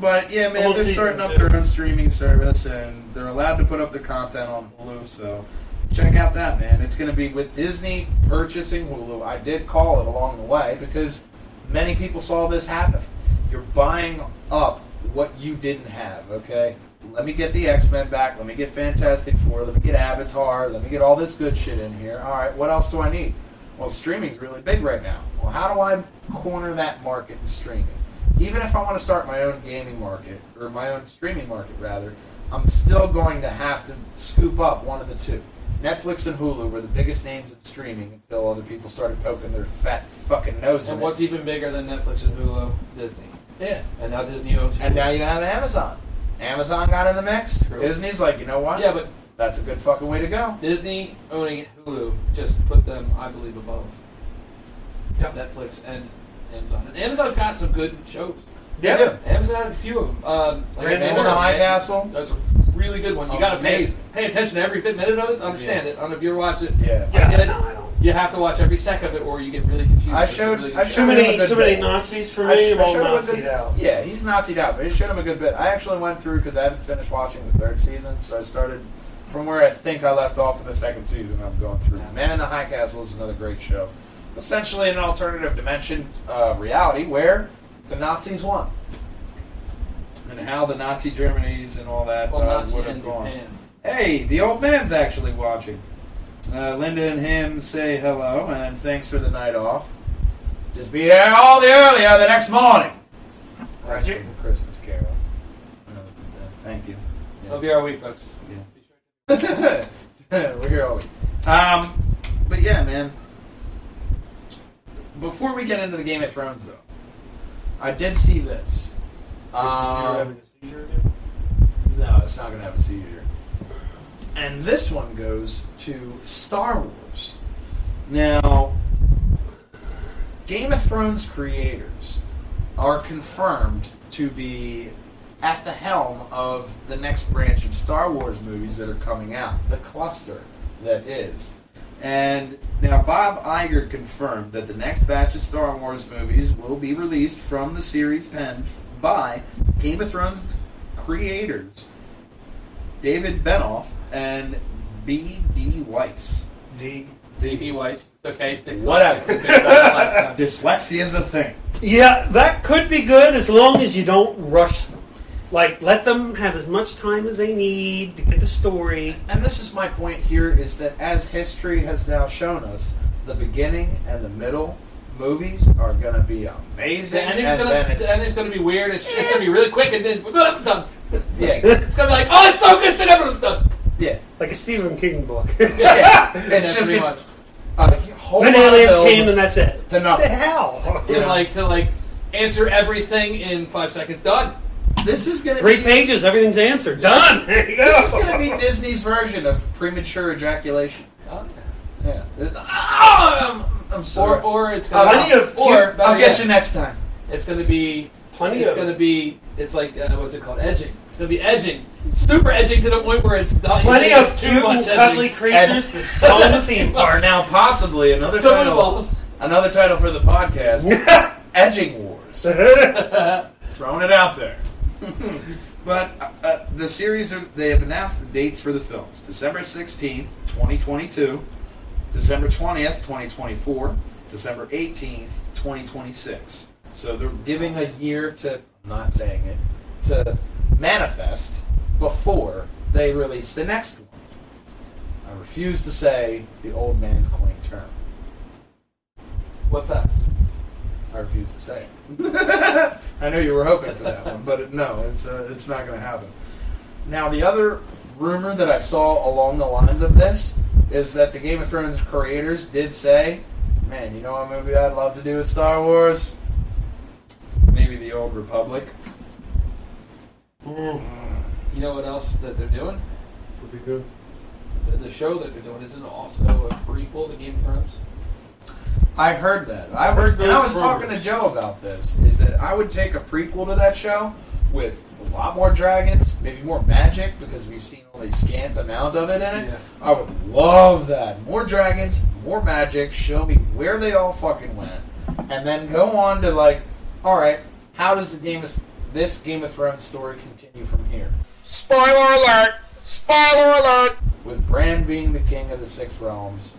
B: but yeah, man,
E: Whole
B: they're
E: season,
B: starting up
E: too.
B: their own streaming service, and they're allowed to put up their content on Hulu. So check out that, man. It's going to be with Disney purchasing Hulu. I did call it along the way because many people saw this happening. You're buying up what you didn't have. Okay, let me get the X Men back. Let me get Fantastic Four. Let me get Avatar. Let me get all this good shit in here. All right, what else do I need? Well, streaming's really big right now. Well, how do I corner that market in streaming? even if I want to start my own gaming market or my own streaming market rather, I'm still going to have to scoop up one of the two. Netflix and Hulu were the biggest names in streaming until other people started poking their fat fucking nose in
C: And
B: it.
C: what's even bigger than Netflix and Hulu? Disney.
B: yeah.
C: And now Disney owns.
B: And
C: Hulu.
B: now you have Amazon. Amazon got in the mix.
C: True.
B: Disney's like, you know what?
C: Yeah, but
B: that's a good fucking way to go.
C: Disney owning Hulu just put them, I believe, above
E: Yep.
C: Netflix and Amazon. And Amazon's got some good shows.
B: Yeah.
C: They do. Amazon had a few of them. Um, like
B: Grand Theft
C: Amazon
B: Auto High Castle.
C: That's a really good one. You got to pay,
B: Amazing.
C: pay attention to every fit minute of it. to Understand
B: Yeah.
C: it. I don't know if you ever watch it.
B: Yeah.
C: I
E: Yeah,
C: did.
E: no, I don't.
C: You have to watch every second of it, or you get really confused.
B: I
C: It's a
B: showed-
C: Really good
B: I
C: show.
B: showed
E: Too
B: him a
E: many,
B: good
E: too many
B: bit.
E: Nazis for
B: I sh-
E: me. I'm
B: I
E: all
B: showed him a
E: Nazied
B: good-
E: out.
B: Yeah, he's Nazied out, but it showed him a good bit. I actually went through because I haven't finished watching the third season, so I started from where I think I left off in the second season. I'm going through. Man in the High Castle is another great show. Essentially, an alternative dimension uh, reality where the Nazis won, and how the Nazi Germany's and all that
C: Well,
B: uh,
C: Nazi
B: would have
C: and
B: gone.
C: Japan.
B: Hey, the old man's actually watching. Uh, Linda and him say hello and thanks for the night off. Just be here all the earlier the next morning. That's
E: Roger.
B: from the Christmas Carol. Uh, thank you. Yeah.
C: That'll be our week, folks.
B: Yeah. We're here all week. Um, but yeah, man. Before we get into the Game of Thrones, though, I did see this.
E: You're
B: Um,
E: having a seizure again?
B: no, it's not going to have a seizure. And this one goes to Star Wars. Now, Game of Thrones creators are confirmed to be at the helm of the next branch of Star Wars movies that are coming out, the cluster that is. And now Bob Iger confirmed that the next batch of Star Wars movies will be released from the series penned by Game of Thrones creators David Benoff and B.D. Weiss.
E: D.
C: D.B. Weiss. It's okay. Sticks
B: Whatever.
C: Up. Last time.
B: Dyslexia is a thing.
E: Yeah, that could be good as long as you don't rush them. Like, let them have as much time as they need to get the story.
B: And this is my point here is that as history has now shown us, the beginning and the middle, movies are gonna be amazing.
C: The ending's
B: and
C: gonna,
B: then
C: the
B: it's-
C: ending's gonna be weird. It's, it's gonna be really quick, and then done.
B: yeah,
C: It's gonna be like, oh, it's so good, it's done.
B: yeah,
E: Like a Stephen King book.
B: yeah.
C: It's
B: It's
C: yeah,
B: just
C: pretty
B: a,
C: much
B: a whole
E: Then
B: lot of
E: aliens
B: build
E: came and that's it.
B: to
E: What the
B: nothing.
E: hell?
C: to like to like answer everything in five seconds. Done.
B: This is gonna
E: Three
B: be,
E: pages, everything's answered. Done. There you go.
B: This is gonna be Disney's version of premature ejaculation.
C: Oh,
B: Yeah. Ah, I'm, I'm
C: yeah. Or
B: sorry.
C: or it's gonna
E: Plenty of
C: or
E: cute-
C: better
B: I'll get
C: yet,
B: you next time.
C: It's gonna be
E: Plenty
C: It's
E: of
C: gonna be it's like uh, what's it called? Edging. It's gonna be edging. Super edging to the point where it's done.
E: plenty
C: It's
E: of
C: too
E: cute
C: much
E: and
C: edging.
E: cuddly creatures to sell on the
C: Too
E: team
C: much.
E: are now.
B: Now, possibly another
C: Totem
B: title.
C: balls.
B: Another title for the podcast: Edging Wars. Throwing it out there. but uh, uh, the series are, they have announced the dates for the films: December sixteenth, twenty twenty-two; December twentieth, twenty twenty-four; December eighteenth, twenty twenty-six. So they're giving a year to. I'm not saying it to manifest before they release the next one. I refuse to say the old man's coin term.
C: What's that?
B: I refuse to say it. I know you were hoping for that one, but it, no, it's uh, it's not going to happen. Now, the other rumor that I saw along the lines of this is that the Game of Thrones creators did say, "Man, you know what movie I'd love to do with Star Wars? Maybe the Old Republic."
C: You know what else that they're doing?
E: Mm, Would be good.
C: The, the show that they're doing isn't also a prequel to Game of Thrones.
B: I heard that. I
E: Heard
B: heard. And I
E: those
B: was
E: rumors.
B: talking to Joe about this. Is that I would take a prequel to that show with a lot more dragons, maybe more magic because we've seen only scant amount of it in it.
C: Yeah.
B: I would love that. More dragons, more magic. Show me where they all fucking went, and then go on to like, all right, how does the game of this Game of Thrones story continue from here? Spoiler alert! Spoiler alert! With Bran being the king of the six realms,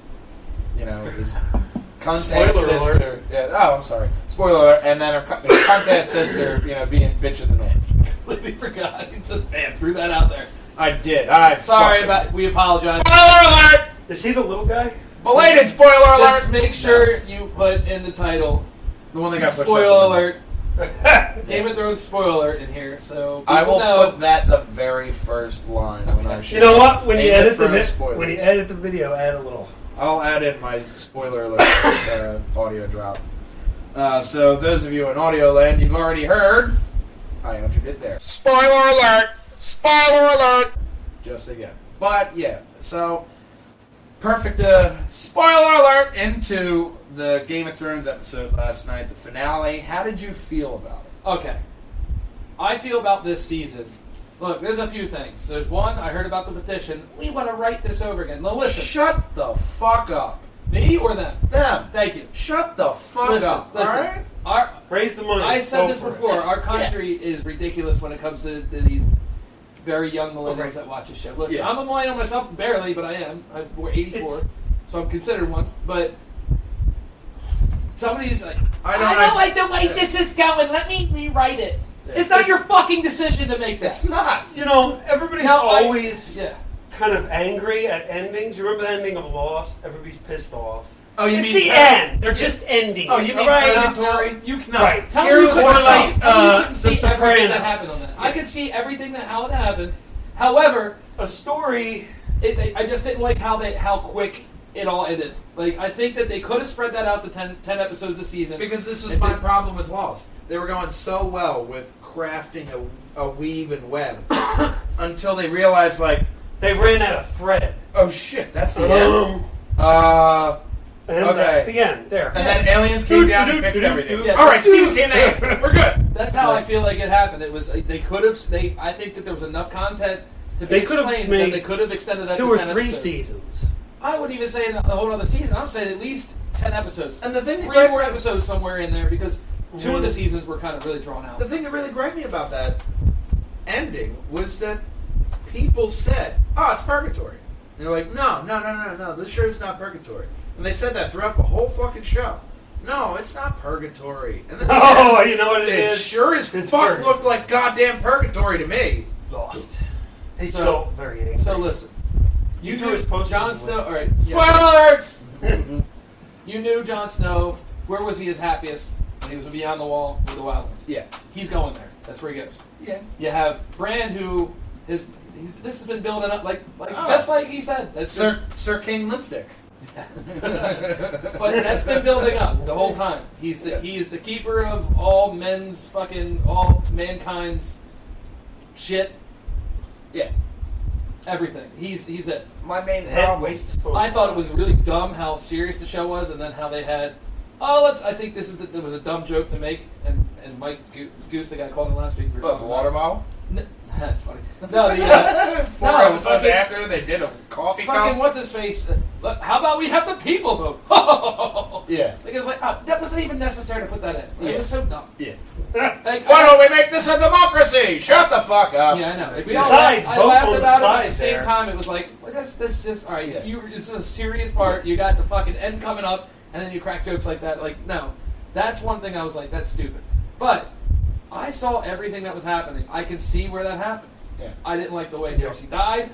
B: you know, his
E: Spoiler
B: contact
E: alert.
B: sister. Yeah, oh, I'm sorry. Spoiler alert. And then her, co- the contact sister, you know, being bitch of the north.
C: Completely forgot. It's just man threw that out there.
B: I did. I
C: Sorry
B: fucking-
C: about. We apologize.
B: Spoiler alert!
E: Is he the little guy?
B: Belated spoiler alert!
C: Just make sure you put in the title
B: The one that got pushed up.
C: spoiler alert. Game of Thrones spoiler alert in here, so
B: I will
C: people know.
B: put that the very first line when I
E: You know what? When you
B: Game of
E: edit the
B: Thrones
E: vi- when you
B: spoilers.
E: edit the video, add a little.
B: I'll add in my spoiler alert uh, audio drop. Uh, so those of you in audio land, you've already heard. I entered it there. Spoiler alert! Spoiler alert! Just again. But yeah, so perfect uh, spoiler alert into the Game of Thrones episode last night, the finale. How did you feel about it?
C: Okay. I feel about this season. Look, there's a few things. There's one, I heard about the petition. We want to write this over again. Now listen,
B: Shut the fuck up.
C: me or them?
B: Them.
C: Thank you.
B: Shut the fuck
C: Listen,
B: up.
C: listen.
B: All right.
C: Our,
E: Raise the money.
C: I
E: Go
C: said this
E: for it.
C: before. Our country is ridiculous when it comes to, to these very young millennials
B: Okay.
C: that watch this show. Listen,
B: Yeah.
C: I'm a millennial myself, barely, but I am. I'm, we're 84,
E: It's-
C: so I'm considered one. But somebody's like,
B: I
C: I
B: don't
C: don't,
B: know-
C: like the way this is going. Let me rewrite it.
B: Yeah.
C: It's not your fucking decision to make this.
B: It's not.
E: You know, everybody's
C: No, I-
E: always
C: yeah.
E: kind of angry at endings. You remember the ending of Lost? Everybody's pissed off.
B: Oh, you
E: it's
B: mean
E: the
B: her-
E: end. They're just ending.
B: Oh, you mean
E: right?
B: predatory?
C: You can
E: Right.
C: Tell me
B: Here
C: you
B: was
C: couldn't
B: one
C: see,
B: like,
C: tell me you
E: uh,
C: couldn't see
E: The
C: everything that
E: Sopranos.
C: happened on that. I could see everything that how it happened. However,
E: A story.
C: it, they, I just didn't like how they how quick it all ended. Like I think that they could have spread that out to 10, 10 episodes a season.
B: Because this was
C: It
B: my
C: did-
B: problem with Lost. They were going so well with crafting a, a weave and web until they realized, like,
E: They ran out of thread.
B: oh shit, that's the end.
E: Boom.
B: Uh,
E: And
B: Okay.
E: that's the end. There.
B: and then aliens came down and fixed everything.
C: Yeah.
B: All right, Steven came down. We're good.
C: that's how I feel like it happened. It was like, they could have they I think that there was enough content to be
E: They could have
C: explained
E: made
C: that they could have extended that
E: Two
C: to
E: or
C: 10
E: three
C: episodes.
E: seasons.
C: I would even say a whole other season. I'm saying at least ten episodes.
B: And the thing that
C: three
B: grabbed-
C: more episodes somewhere in there because two of the seasons were kind of really drawn out.
B: The thing that really grabbed me about that ending was that people said, "Oh, it's purgatory." And they're like, "No, no, no, no, no. This show's not purgatory." And they said that throughout the whole fucking show. No, it's not purgatory. And then
E: Oh, you know what it
B: It
E: is?
B: sure as
E: It's
B: fuck
E: purgatory.
B: looked like goddamn purgatory to me.
E: Lost. He's
C: So-
E: still very angry.
C: So listen, you,
E: You
C: knew
E: threw his posters
C: Jon
E: away.
C: Snow. All right,
E: Yeah.
C: spoilers. you knew Jon Snow Where was he his happiest? When he was beyond the wall with the wildlings.
B: Yeah.
C: He's going there. That's where he goes.
B: Yeah.
C: You have Brand, who his he's, this has been building up like like
B: Oh.
C: just like he said. That's
B: Sir Sir Kane Lipstick.
C: but that's been building up the whole time. He's the he is the keeper of all men's fucking all mankind's shit,
B: Yeah.
C: everything. He's he's it.
D: My main
E: Head
B: um,
D: problem.
E: waste disposal.
C: I thought it was really dumb how serious the show was, and then how they had. Oh, let's. I think this is the, it was a dumb joke to make, and and Mike Go- Goose, the guy called me last week. we were
D: Look,
C: talking
D: water
C: about-
D: bottle.
C: N- that's funny. No, the uh,
D: Four
C: No,
D: episodes
C: fucking-
D: after they did a coffee
C: fucking
D: cup.
C: what's his face? Uh, look, how about we have the people vote?
B: Yeah.
C: Like it was like oh, that wasn't even necessary to put that in. Like, It was so dumb.
B: Yeah.
C: Like,
D: Why don't we make this a democracy? Shut the fuck up.
C: Yeah, I know. Like, we
E: Besides,
C: all laughed, I
E: vote
C: laughed
E: on
C: about
E: the
C: it, but at
E: side
C: the same
E: there.
C: time, it was like, well, that's that's just all right.
B: Yeah.
C: You, it's a serious part. You got the fucking end coming up, and then you crack jokes like that. Like, no, that's one thing I was like, that's stupid. But I saw everything that was happening. I can see where that happens.
B: Yeah.
C: I didn't like the way Cersei died.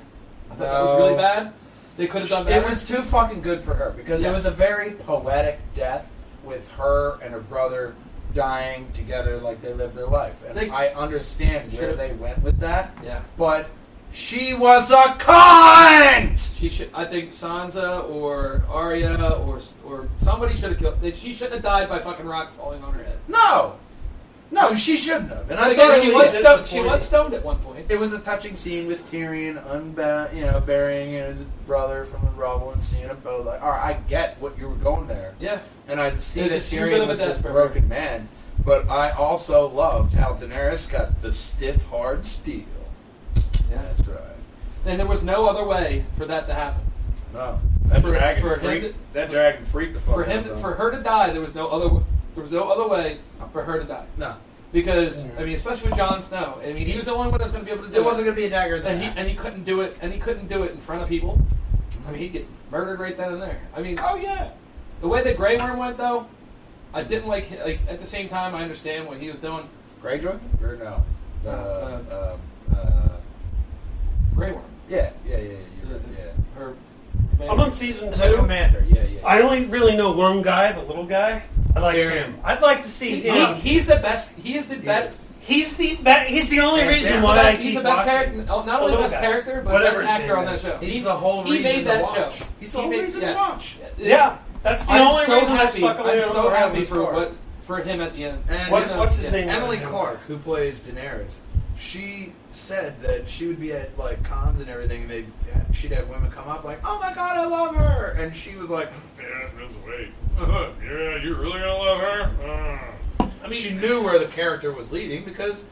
C: I thought that was really
B: No.
C: bad. They could have done better.
B: It was too fucking good for her because
C: Yeah.
B: it was a very poetic death with her and her brother dying together like they lived their life. And
C: They-
B: I understand
C: Sure.
B: where they went with that,
C: yeah.
B: but she was a cunt!
C: She should. I think Sansa or Arya or or somebody should have killed. that She shouldn't have died by fucking rocks falling on her head.
B: No! No, she shouldn't have. And I
C: Again,
B: thought
C: she
B: it
C: was
B: was,
C: stoned. She was stoned at one point.
B: it was a touching scene with Tyrion unba- you know, burying his brother from the rubble and seeing him both like, alright, I get what you were going there.
C: Yeah.
B: And I see
C: It was
B: that
C: just too good of
B: Tyrion
C: a
B: was this
C: death for her.
B: broken man, but I also loved how Daenerys got the stiff, hard steel.
C: Yeah.
B: That's right.
C: And there was no other way for that to happen.
B: No,
D: That
C: For-
D: dragon
C: for him
D: freaked.
C: to-
D: that dragon freaked the fuck
C: For him,
D: out of
C: for her to die, there was no other. There was no other way for her to die
B: no.
C: because I mean, especially with Jon Snow. I mean, he was the only one that's going to be able to do
B: There wasn't going to be a dagger in the
C: and he
B: hat.
C: and he couldn't do it, and he couldn't do it in front of people. I mean, he'd get murdered right then and there. I mean,
D: Oh yeah.
C: the way that Grey Worm went though, I didn't like. Like at the same time, I understand what he was doing.
B: Greyjoy or no? Uh,
C: Uh,
B: uh, uh,
C: Grey Worm,
B: yeah, yeah, yeah, yeah, you're right, yeah.
C: her.
E: I'm on season
B: The
E: two.
B: commander, yeah, yeah.
E: I only really know one guy, the little guy. I like
B: Tyrion.
E: him. I'd like to see
C: He-
E: him.
C: he- he's the best. He is the best.
E: he's the be- he's the only
B: And
E: reason
B: there's
E: why
C: the best-
E: I keep
C: he's the best
E: watching.
C: character, not
E: The
C: only the
E: little
C: best
E: guy.
C: character, but
E: Whatever
C: best
E: his
C: actor
E: name
C: on that
E: is.
C: show.
B: He's
C: He-
B: the whole
C: he
B: reason
C: made
B: to
C: that
B: watch.
C: show.
B: He's the
C: He
B: whole
C: made-
B: reason
C: yeah.
B: to watch.
E: Yeah, that's the
C: I'm
E: only
C: so
E: reason
C: happy.
E: I stuck around.
C: I'm so
E: around
C: happy
E: this
C: for
E: far.
C: what for him at the end.
B: And
E: What's
B: you know,
E: what's his name?
B: Emily Clark, who plays Daenerys, she said that she would be at like cons and everything, and they she'd have women come up like, "Oh my god, I love her," and she was like,
D: Yeah, that's wait. yeah, you really gonna love her? Uh.
B: I mean, she knew where the character was leading because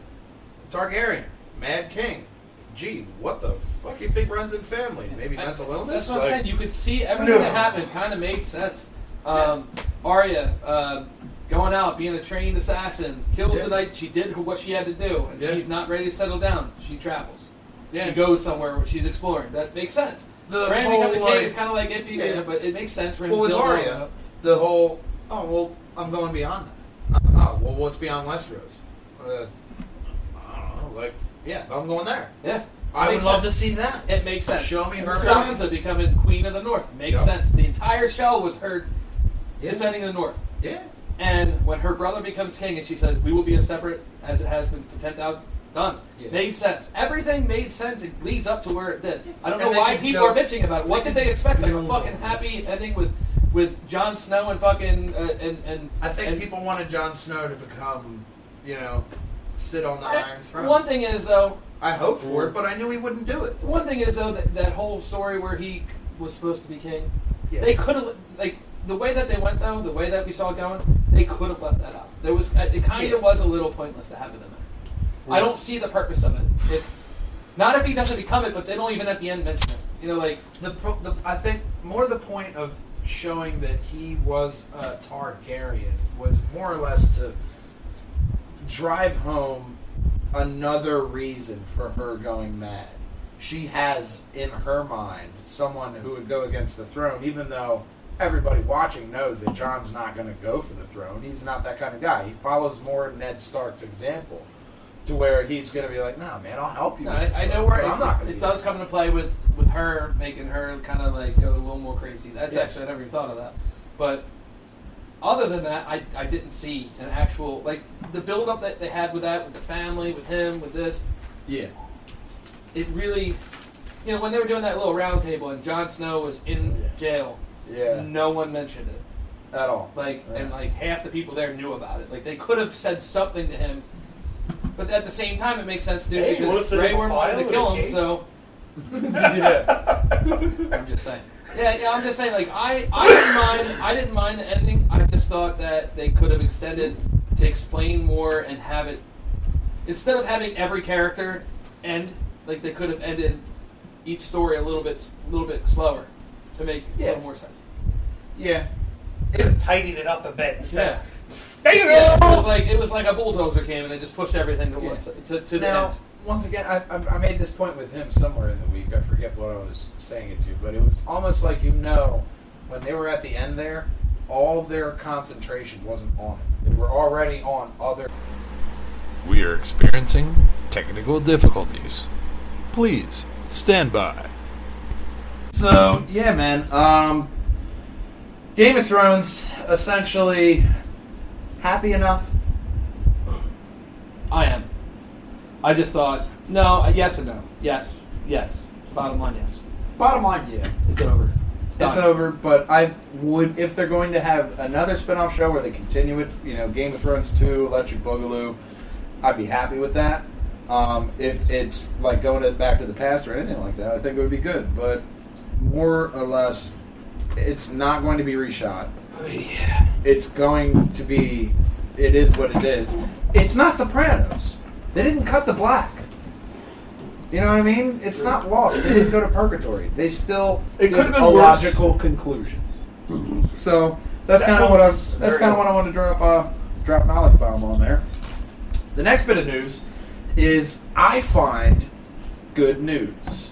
B: Targaryen, Mad King, gee, what the fuck you think runs in families? Maybe mental illness.
C: That's what I'm
B: Like,
C: saying. You could see everything
E: No.
C: that happened kind of made sense. Um, Arya uh, going out, being a trained assassin, kills
B: Yeah.
C: the knight. She did what she had to do, and
B: Yeah.
C: she's not ready to settle down. She travels.
B: Yeah.
C: She goes somewhere where she's exploring. That makes sense.
B: The
C: Bran
B: whole,
C: becoming the king
B: like-
C: is kind of like iffy,
B: Yeah.
C: but it makes sense. Ran
B: Well, with
C: built on
B: Arya,
C: it.
B: the whole oh well, I'm going beyond that. Oh well, what's beyond Westeros? Uh, I don't know, like yeah, I'm going there.
C: yeah,
B: I would
C: Makes
B: love
C: sense.
B: to see that.
C: It makes sense.
B: Show me her
C: Sansa becoming queen of the North makes
B: Yep.
C: sense. The entire show was her
B: Yeah.
C: defending the North.
B: Yeah.
C: And when her brother becomes king and she says, We will be as separate as it has been for 10,000, done.
B: Yeah.
C: Made sense. Everything made sense. It leads up to where it did. I don't
B: And
C: know
B: they
C: why
B: could
C: people
B: build-
C: are bitching about it. What
B: they
C: did they
B: could
C: expect? Like a
B: build
C: fucking
B: on
C: happy
B: this.
C: ending with with Jon Snow and fucking. Uh, and, and
B: I think
C: and,
B: people wanted Jon Snow to become, you know, sit on the
C: I,
B: Iron Throne.
C: one thing is, though,
B: I hoped for it, but I knew he wouldn't do it.
C: One thing is though that, that whole story where he was supposed to be king,
B: Yeah.
C: they could have like the way that they went though, the way that we saw it going, they could have left that out. There was it kind of
B: Yeah.
C: was a little pointless to have it in there. I don't see the purpose of it. If not if he doesn't become it, but they don't even at the end mention it. You know, like
B: The, pro- the I think more the point of showing that he was a Targaryen was more or less to drive home another reason for her going mad. She has in her mind someone who would go against the throne, even though everybody watching knows that John's not going to go for the throne. He's not that kind of guy. He follows more Ned Stark's example, to where he's going to be like, "Nah, man, I'll help you."
C: no,
B: with the
C: I, I know
B: throne,
C: where
B: but
C: it,
B: I'm not gonna
C: it
B: do
C: does
B: that."
C: come into play with with her making her kind of like go a little more crazy. That's
B: Yeah.
C: actually I never even thought of that, but Other than that, I, I didn't see an actual like the build up that they had with that, with the family, with him, with this.
B: Yeah.
C: It really, you know, when they were doing that little round table and Jon Snow was in
B: Yeah.
C: jail,
B: Yeah.
C: no one mentioned it.
B: At all.
C: Like
B: Yeah.
C: and like half the people there knew about it. Like they could have said something to him, but at the same time, it makes sense too
F: Hey, what's
C: because
F: the
C: Grey
F: big
C: Worm wanted
F: file
C: to
F: in
C: kill
F: the
C: him.
F: cave?
C: So I'm just saying. Yeah, yeah. I'm just saying. Like I, I didn't mind. I didn't mind the ending. I just thought that they could have extended to explain more and have it instead of having every character end. Like they could have ended each story a little bit, a little bit slower to make a
B: Yeah.
C: little more sense.
B: Yeah.
F: tidied it up a bit instead.
C: Yeah.
F: There you
C: Yeah, it
F: go!
C: was like it was like a bulldozer came and they just pushed everything to
B: Yeah.
C: one side, to, to the
B: now,
C: end.
B: once again, I, I, I made this point with him somewhere in the week. I forget what I was saying it to, but it was almost like you know, when they were at the end there, all their concentration wasn't on it. They were already on other.
G: We are experiencing technical difficulties. Please stand by.
B: So yeah, man. Um, Game of Thrones essentially happy enough.
C: I am. I just thought no, uh, yes or no, yes, yes. Bottom line, yes.
B: Bottom line, yeah.
C: It's over.
B: It's
C: done.
B: over, but I would if they're going to have another spin-off show where they continue it, you know, Game of Thrones 2, Electric Boogaloo, I'd be happy with that. Um, if it's like going to, back to the past or anything like that, I think it would be good. But more or less, it's not going to be reshot.
C: Yeah.
B: It's going to be, it is what it is. It's not Sopranos. They didn't cut the black. You know what I mean? It's not lost. They didn't go to purgatory. They still
E: It
B: did
E: could have been
B: a
E: worse.
B: logical conclusion. So that's
F: That
B: kind of what I
F: one's
B: that's
F: very
B: kind of what I want to drop uh, drop knowledge bomb on there. The next bit of news is I find good news.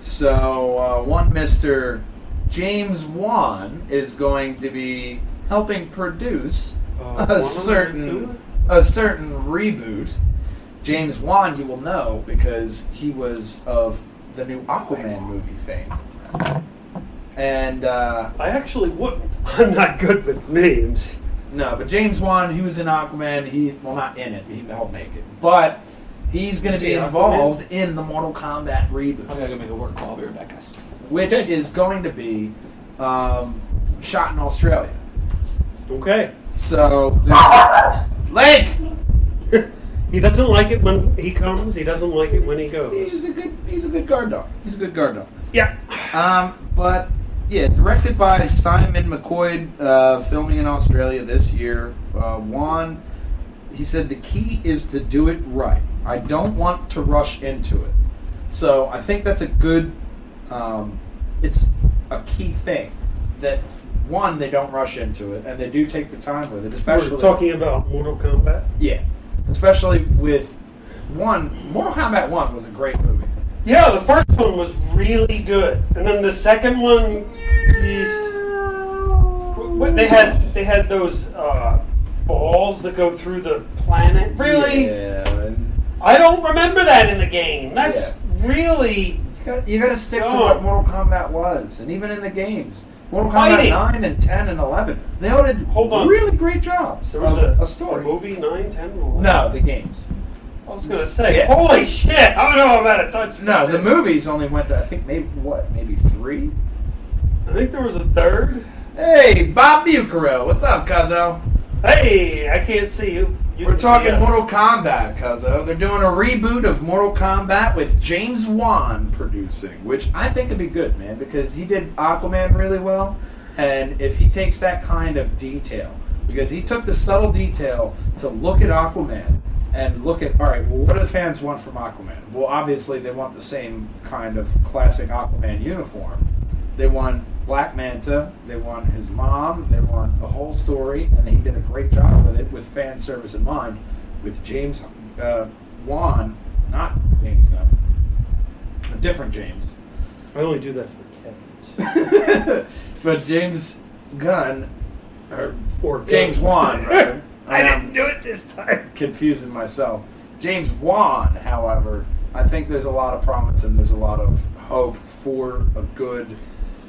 B: So uh, one Mister James Wan is going to be helping produce
E: Uh,
B: a
E: Wan two?
B: certain a certain reboot. James Wan, you will know because he was of the new Aquaman movie fame, and. Uh,
E: I actually wouldn't. I'm not good with names.
B: No, but James Wan, he was in Aquaman. He well, not in it. He helped make it, but he's going to
E: Is
B: be
E: he Aquaman?
B: involved in the Mortal Kombat
C: I'm
B: reboot,
C: gonna go make a work call. I'll be right back, guys.
B: which is going to be um, shot in Australia.
E: Okay.
B: So, there's- Link,
E: he doesn't like it when he comes. He doesn't like it when he
B: he's
E: goes.
B: a good, he's a good guard dog. He's a good guard dog.
E: Yeah.
B: Um, but yeah, directed by Simon McCoy, uh, filming in Australia this year. Uh, Juan, he said the key is to do it right. I don't want to rush into it. So I think that's a good. Um, it's a key thing that one they don't rush into it and they do take the time with it, especially
E: We're talking about Mortal Kombat.
B: yeah, especially with one. Mortal Kombat One was a great movie.
E: Yeah, the first one was really good, and then the second one, geez. What- they had they had those uh, balls that go through the planet. Really,
B: Yeah. and-
E: I don't remember that in the game. That's really
B: You got to stick to
E: Don't.
B: what Mortal Kombat was, and even in the games, Mortal Kombat
E: Fighting.
B: nine and ten and eleven, they all did
E: Hold on.
B: really great jobs.
E: there was
B: of
E: a,
B: Um, a story.
E: a movie nine ten. or-
B: No, the games.
E: I was gonna say,
B: Yeah.
E: holy shit! I don't know about a touch.
B: No, the movies only went to I think maybe what maybe three.
E: I think there was a third.
B: Hey, Bob Bucaro, what's up, Cuzzo?
E: Hey, I can't see you. you
B: We're
E: can see
B: talking
E: us.
B: Mortal Kombat, Cuzzo. They're doing a reboot of Mortal Kombat with James Wan producing, which I think would be good, man, because he did Aquaman really well. And if he takes that kind of detail, because he took the subtle detail to look at Aquaman and look at, all right, well, what do the fans want from Aquaman? Well, obviously, they want the same kind of classic Aquaman uniform. They want Black Manta. They want his mom. They want the whole story, and he did a great job with it, with fan service in mind, with James uh, Wan, not James Gunn, a different James,
E: I only do that for Kevin.
B: but James Gunn or,
E: Or
B: James
E: Gunn.
B: Wan. Rather.
E: I
B: Um,
E: didn't do it this time.
B: confusing myself. James Wan, however, I think there's a lot of promise and there's a lot of hope for a good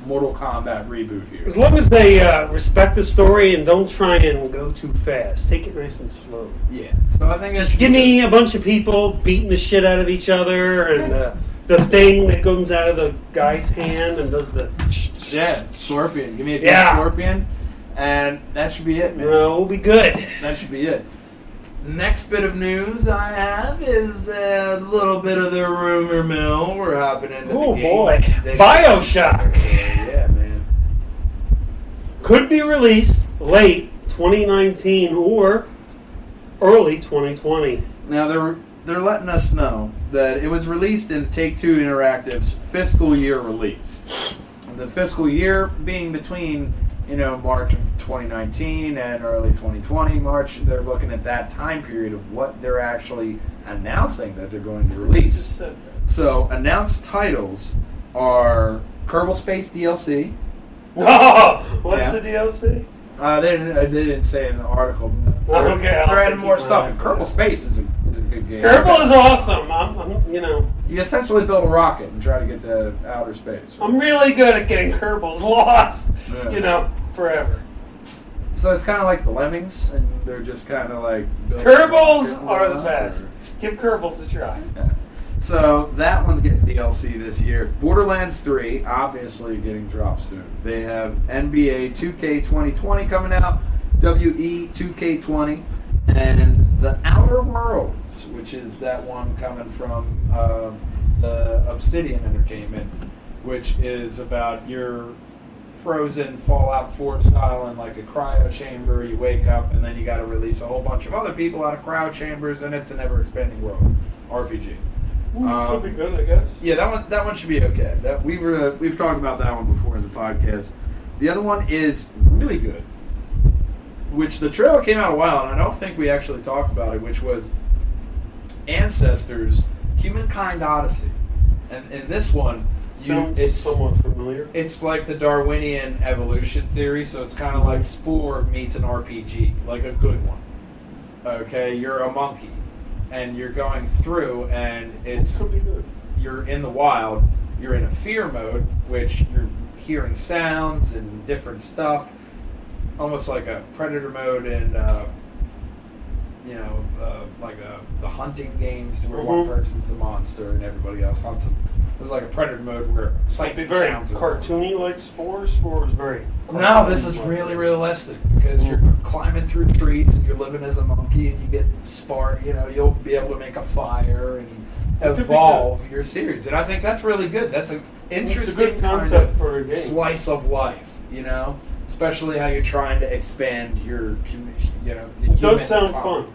B: Mortal Kombat reboot here.
E: As long as they uh, respect the story and don't try and go too fast, take it nice and slow.
B: Yeah. So I think that's
E: Just give me a bunch of people beating the shit out of each other and uh, the thing that comes out of the guy's hand and does the.
B: Yeah, Scorpion. Give me a big
E: Yeah.
B: Scorpion, and that should be it, man.
E: No, we'll be good.
B: That should be it. Next bit of news I have is a little bit of the rumor mill. We're hopping into
E: Oh
B: the game.
E: boy.
B: They-
E: Bioshock
B: Yeah, man.
E: could be released late 2019 or early 2020.
B: Now they're they're letting us know that it was released in Take Two Interactive's fiscal year release. And the fiscal year being between you know March of 2019 and early 2020. March they're looking at that time period of what they're actually announcing that they're going to release. So announced titles are Kerbal Space DLC.
E: Oh, what's
B: Yeah.
E: the DLC?
B: Uh, they, didn't, uh, they didn't say in the article. but
E: Okay,
B: they're,
E: I'll
B: they're adding
E: keep
B: more
E: an
B: stuff.
E: eye
B: And
E: out.
B: Kerbal Space is a, is a good game.
E: Kerbal is awesome. I'm, I'm, you know,
B: You essentially build a rocket and try to get to outer space.
E: I'm really good at getting Kerbals lost.
B: Yeah.
E: You know, forever.
B: So it's kind of like the lemmings, and they're just kind of like building a
E: Kerbals
B: rocket
E: are the
B: up,
E: best.
B: or-
E: Give Kerbals a try.
B: Yeah. So that one's getting DLC this year. Borderlands 3, obviously getting dropped soon. They have NBA 2K 2020 coming out, E WE 2K20, and The Outer Worlds, which is that one coming from uh, the Obsidian Entertainment, which is about your frozen Fallout 4 style in like a cryo chamber. You wake up and then you got to release a whole bunch of other people out of cryo chambers, and it's an ever expanding world RPG. Um,
E: Could be good, I guess.
B: yeah, that one that one should be okay. That we were we've talked about that one before in the podcast. The other one is really good, which the trailer came out a while, and I don't think we actually talked about it, which was Ancestors, Humankind Odyssey, and in this one, you
E: Sounds
B: it's
E: somewhat familiar.
B: it's like the Darwinian evolution theory, so it's kind of like Spore meets an RPG, like a good one. Okay, you're a monkey, and you're going through, and it's
E: Could be good.
B: you're in the wild, you're in a fear mode, which you're hearing sounds and different stuff, almost like a predator mode and uh, you know, uh, like uh the hunting games to where
E: Mhm.
B: one person's the monster and everybody else hunts them. It was like a predator mode where
E: Like
B: sights
E: be
B: and
E: very
B: sounds are-
E: cartoony, like Spore. Spore was very.
B: no, this is really realistic because you're climbing through trees and you're living as a monkey and you get spark. You know, you'll be able to make a fire and
E: be
B: evolve your series, and I think that's really good. That's an interesting
E: good
B: kind of
E: concept for a game.
B: slice of life. You know, especially how you're trying to expand your, hum- you know, the
E: It does
B: human
E: sound
B: power.
E: fun.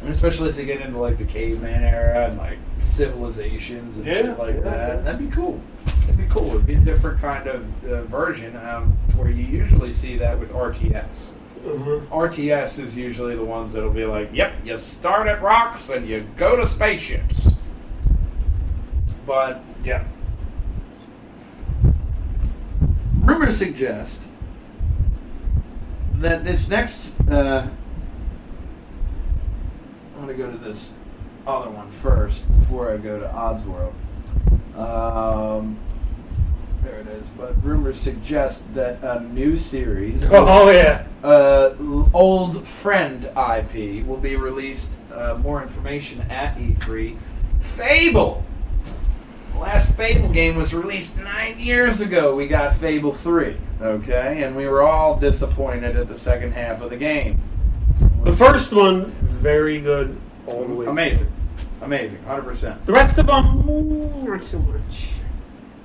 B: And especially if they get into like the caveman era and like civilizations and
E: Yeah,
B: shit like
E: yeah,
B: that,
E: yeah.
B: that'd be cool. That'd be cool. It'd be a different kind of uh, version um, to where you usually see that with RTS.
E: Uh-huh.
B: RTS is usually the ones that'll be like, yep, you start at rocks and you go to spaceships. But
E: Yeah.
B: rumors suggest that this next. Uh, I'm going to go to this other one first before I go to Odds World. Um, there it is. But rumors suggest that a new series,
E: Oh yeah.
B: uh, Old Friend IP, will be released. Uh, more information at E3. Fable! The last Fable game was released nine years ago. We got Fable 3, okay? And we were all disappointed at the second half of the game.
E: The first one, very good all the way.
B: Amazing. Amazing. 100%.
E: The rest of them, mm, not so much.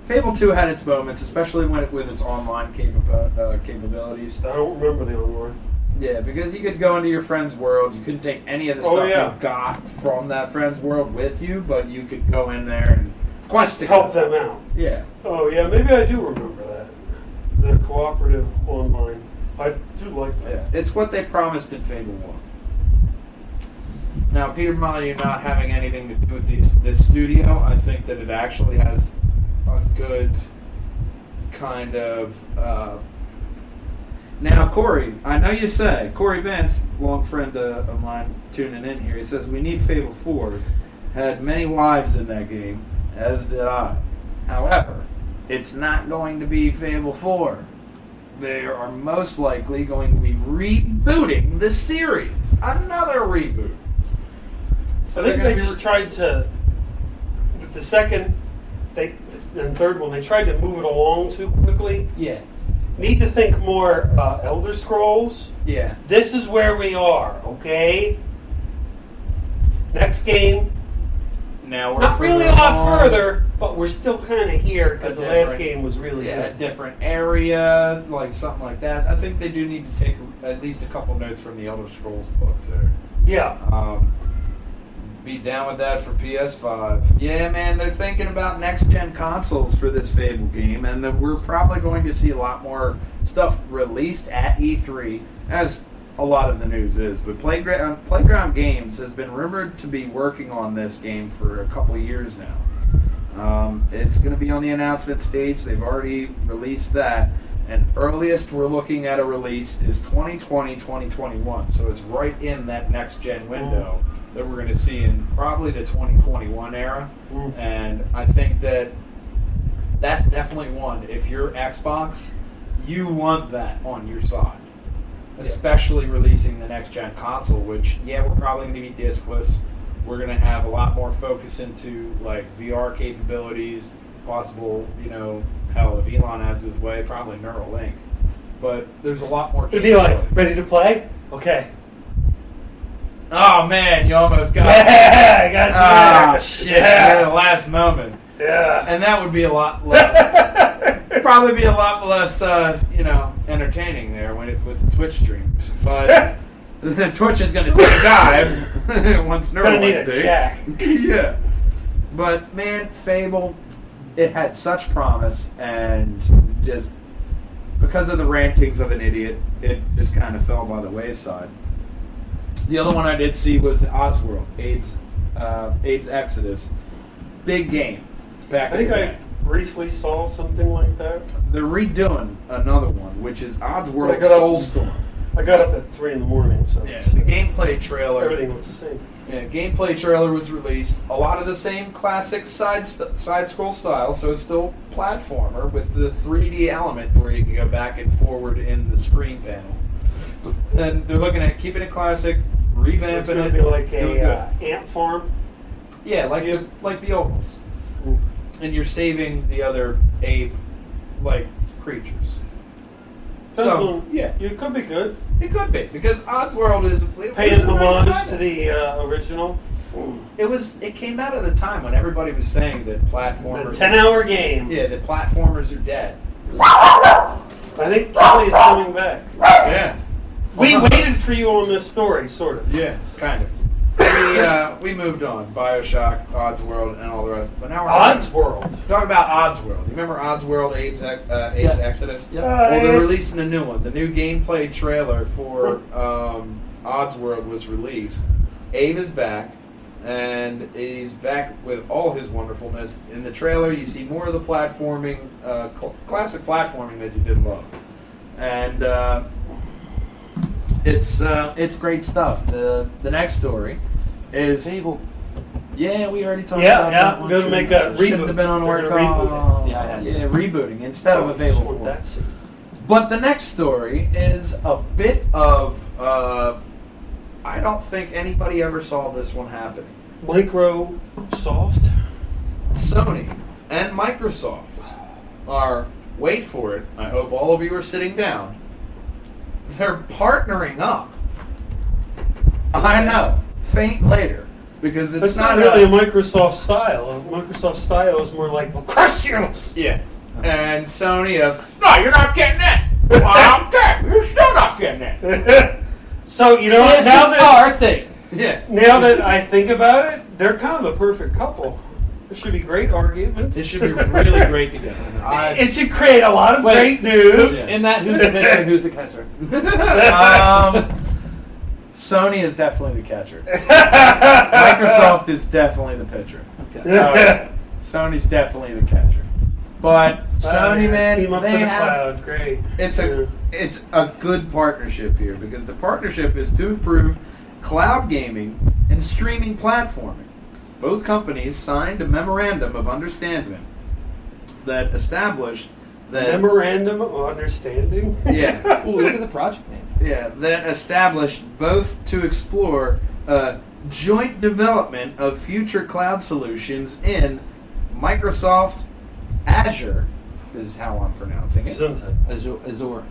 B: Fable 2 had its moments, especially when it, with its online capa- uh, capabilities.
E: I don't remember the online.
B: Yeah, because you could go into your friend's world. You couldn't take any of the
E: Oh,
B: stuff
E: yeah.
B: you got from that friend's world with you, but you could go in there and quest it.
E: Help them out.
B: Yeah.
E: Oh yeah, maybe I do remember that. The cooperative online. I do like that.
B: yeah. It's what they promised in Fable 1. Now, Peter Molyneux not having anything to do with these, this studio, I think that it actually has a good kind of. Uh, now, Corey, I know you say, Corey Vance, long friend uh, of mine tuning in here, he says, We need Fable 4. Had many wives in that game, as did I. However, it's not going to be Fable 4. They are most likely going to be rebooting the series. Another reboot.
E: I
B: So
E: think
B: they're gonna
E: they
B: be
E: just tried to. With the second, they and third one, they tried to move it along too quickly.
B: Yeah.
E: Need to think more uh, Elder Scrolls.
B: Yeah.
E: This is where we are, okay? Next game,
B: Now we're
E: not really a
B: further
E: lot
B: along.
E: further, but we're still kind of here
B: A
E: because the last
B: different-
E: game was really
B: Yeah, a
E: good.
B: different area, like something like that. I think they do need to take at least a couple notes from the Elder Scrolls books there.
E: Yeah,
B: Um, be down with that for PS5. Yeah, man, they're thinking about next gen consoles for this Fable game, and that we're probably going to see a lot more stuff released at E3, as a lot of the news is. But Playground Playground Games has been rumored to be working on this game for a couple years now. Um, it's going to be on the announcement stage. They've already released that. And earliest we're looking at a release is 2020, 2021. So it's right in that next gen window that we're going to see in probably the 2021 era.
E: Mm.
B: And I think that that's definitely one. If you're Xbox, you want that on your side. Especially releasing the next gen console, which, yeah, we're probably going to be discless. We're going to have a lot more focus into like VR capabilities, possible, you know, hell, if Elon has his way, probably Neuralink. But there's a lot more.
E: it'd be like
B: capability.
E: ready to play. Okay,
B: oh man, you almost got it.
E: yeah, I got
B: Ah,
E: you.
B: shit, at the
E: yeah,
B: last moment.
E: yeah.
B: And that would be a lot less. It'd probably be a lot less, uh, you know, entertaining there when it, with the Twitch streams. But Twitch is going to take a dive once
E: Gonna need
B: Neuralink
E: a
B: takes.
E: jack.
B: yeah. But man, Fable, it had such promise, and just because of the rantings of an idiot, it just kind of fell by the wayside. The other one I did see was the Odds World, AIDS, uh, AIDS Exodus, big game. Back
E: I think
B: in the
E: I
B: day.
E: briefly saw something like that.
B: They're redoing another one, which is Odds World
E: Like a-
B: Soulstorm.
E: I got up at three in the morning, so
B: Yeah, the gameplay trailer.
E: everything was the same.
B: Yeah, gameplay trailer was released. A lot of the same classic side st- side scroll style, so it's still platformer with the 3D element where you can go back and forward in the screen panel. And they're looking at keeping it classic, revamping
E: So it's
B: it.
E: going to be like
B: doing
E: a
B: good.
E: uh, ant farm.
B: yeah, like the like the old ones. And you're saving the other ape like creatures.
E: Depends
B: So,
E: on-
B: yeah.
E: it could be good.
B: It could be because Oddworld is it
E: Paying
B: was a nice
E: homage
B: title.
E: to the uh, original.
B: It was. It came out at a time when everybody was saying that
E: The
B: platformers.
E: 10 hour game.
B: Yeah, the platformers are dead.
E: I think Kelly is coming back.
B: Yeah.
E: We waited for you on this story, sort of.
B: Yeah, kind of. We uh, we moved on. Bioshock, Oddsworld, and all the rest. But now we're
E: Odds World.
B: talking about Oddsworld. You remember Oddsworld, Abe's, Ex- uh, Abe's
E: Yes.
B: Exodus?
E: Yeah.
B: Well, they're releasing a new one. The new gameplay trailer for um, Oddsworld was released. Abe is back, and he's back with all his wonderfulness. In the trailer, you see more of the platforming, uh, cl- classic platforming that you did love, and uh, it's uh, it's great stuff. The the next story is Fable. Yeah, we already talked
E: Yeah,
B: about
E: yeah,
B: that. one.
E: gonna make a
B: Shouldn't
E: reboot.
B: have been on
E: They're
B: Orca.
E: gonna reboot it. Oh,
B: Yeah,
E: Yeah, yeah, yeah.
B: rebooting instead of a Fable.
E: Sort
B: 4.
E: that scene.
B: But the next story is a bit of. Uh, I don't think anybody ever saw this one happening.
E: Microsoft.
B: Sony and Microsoft are, wait for it, I hope all of you are sitting down. They're partnering up. I know. Faint later. Because it's
E: That's not, really a Microsoft style. A Microsoft style is more like, we'll crush you!
B: Yeah. And Sony of, no, you're not getting it. Well, I'm getting You're still not getting it.
E: so, you know
B: This
E: what?
B: is
E: Now that,
B: our thing. Yeah.
E: now that I think about it, they're kind of the perfect couple. This should be great arguments.
B: This should be really great together. I,
E: It should create a lot of
C: Wait.
E: great news.
C: In that, who's the pitcher and who's the catcher?
B: um, Sony is definitely the catcher. Microsoft is definitely the pitcher. Uh, Sony's definitely the catcher. But Sony, man,
E: team up for
B: they
E: the
B: have,
E: cloud. Great.
B: it's a it's a good partnership here because the partnership is to improve cloud gaming and streaming platforming. Both companies signed a memorandum of understanding that established that
E: Memorandum of understanding.
B: yeah
H: Ooh, look at the project name.
B: yeah that established both to explore uh, joint development of future cloud solutions in Microsoft Azure is how I'm pronouncing it.
E: Sometime.
H: Azure. Azure.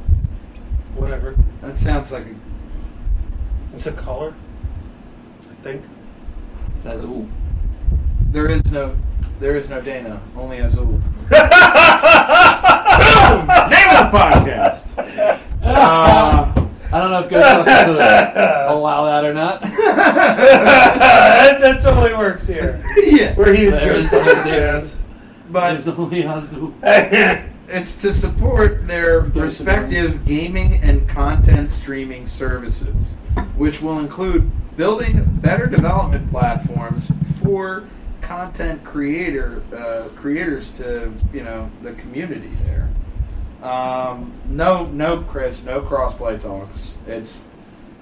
E: Whatever.
B: That sounds like a
E: It's a collar. I think.
H: It's Azul.
B: There is no, there is no Dana, only Azul. Boom! Name of the podcast. Uh,
H: I don't know if Ghostbusters will allow that or not.
E: that, that's only works here.
B: yeah,
E: Where he was
H: There's
E: Ghostbusters.
H: There's
B: but
H: only Azul.
B: it's to support their respective gaming and content streaming services, which will include building better development platforms for content creator uh, creators to you know the community there. Um, no, no, Chris, no crossplay talks. It's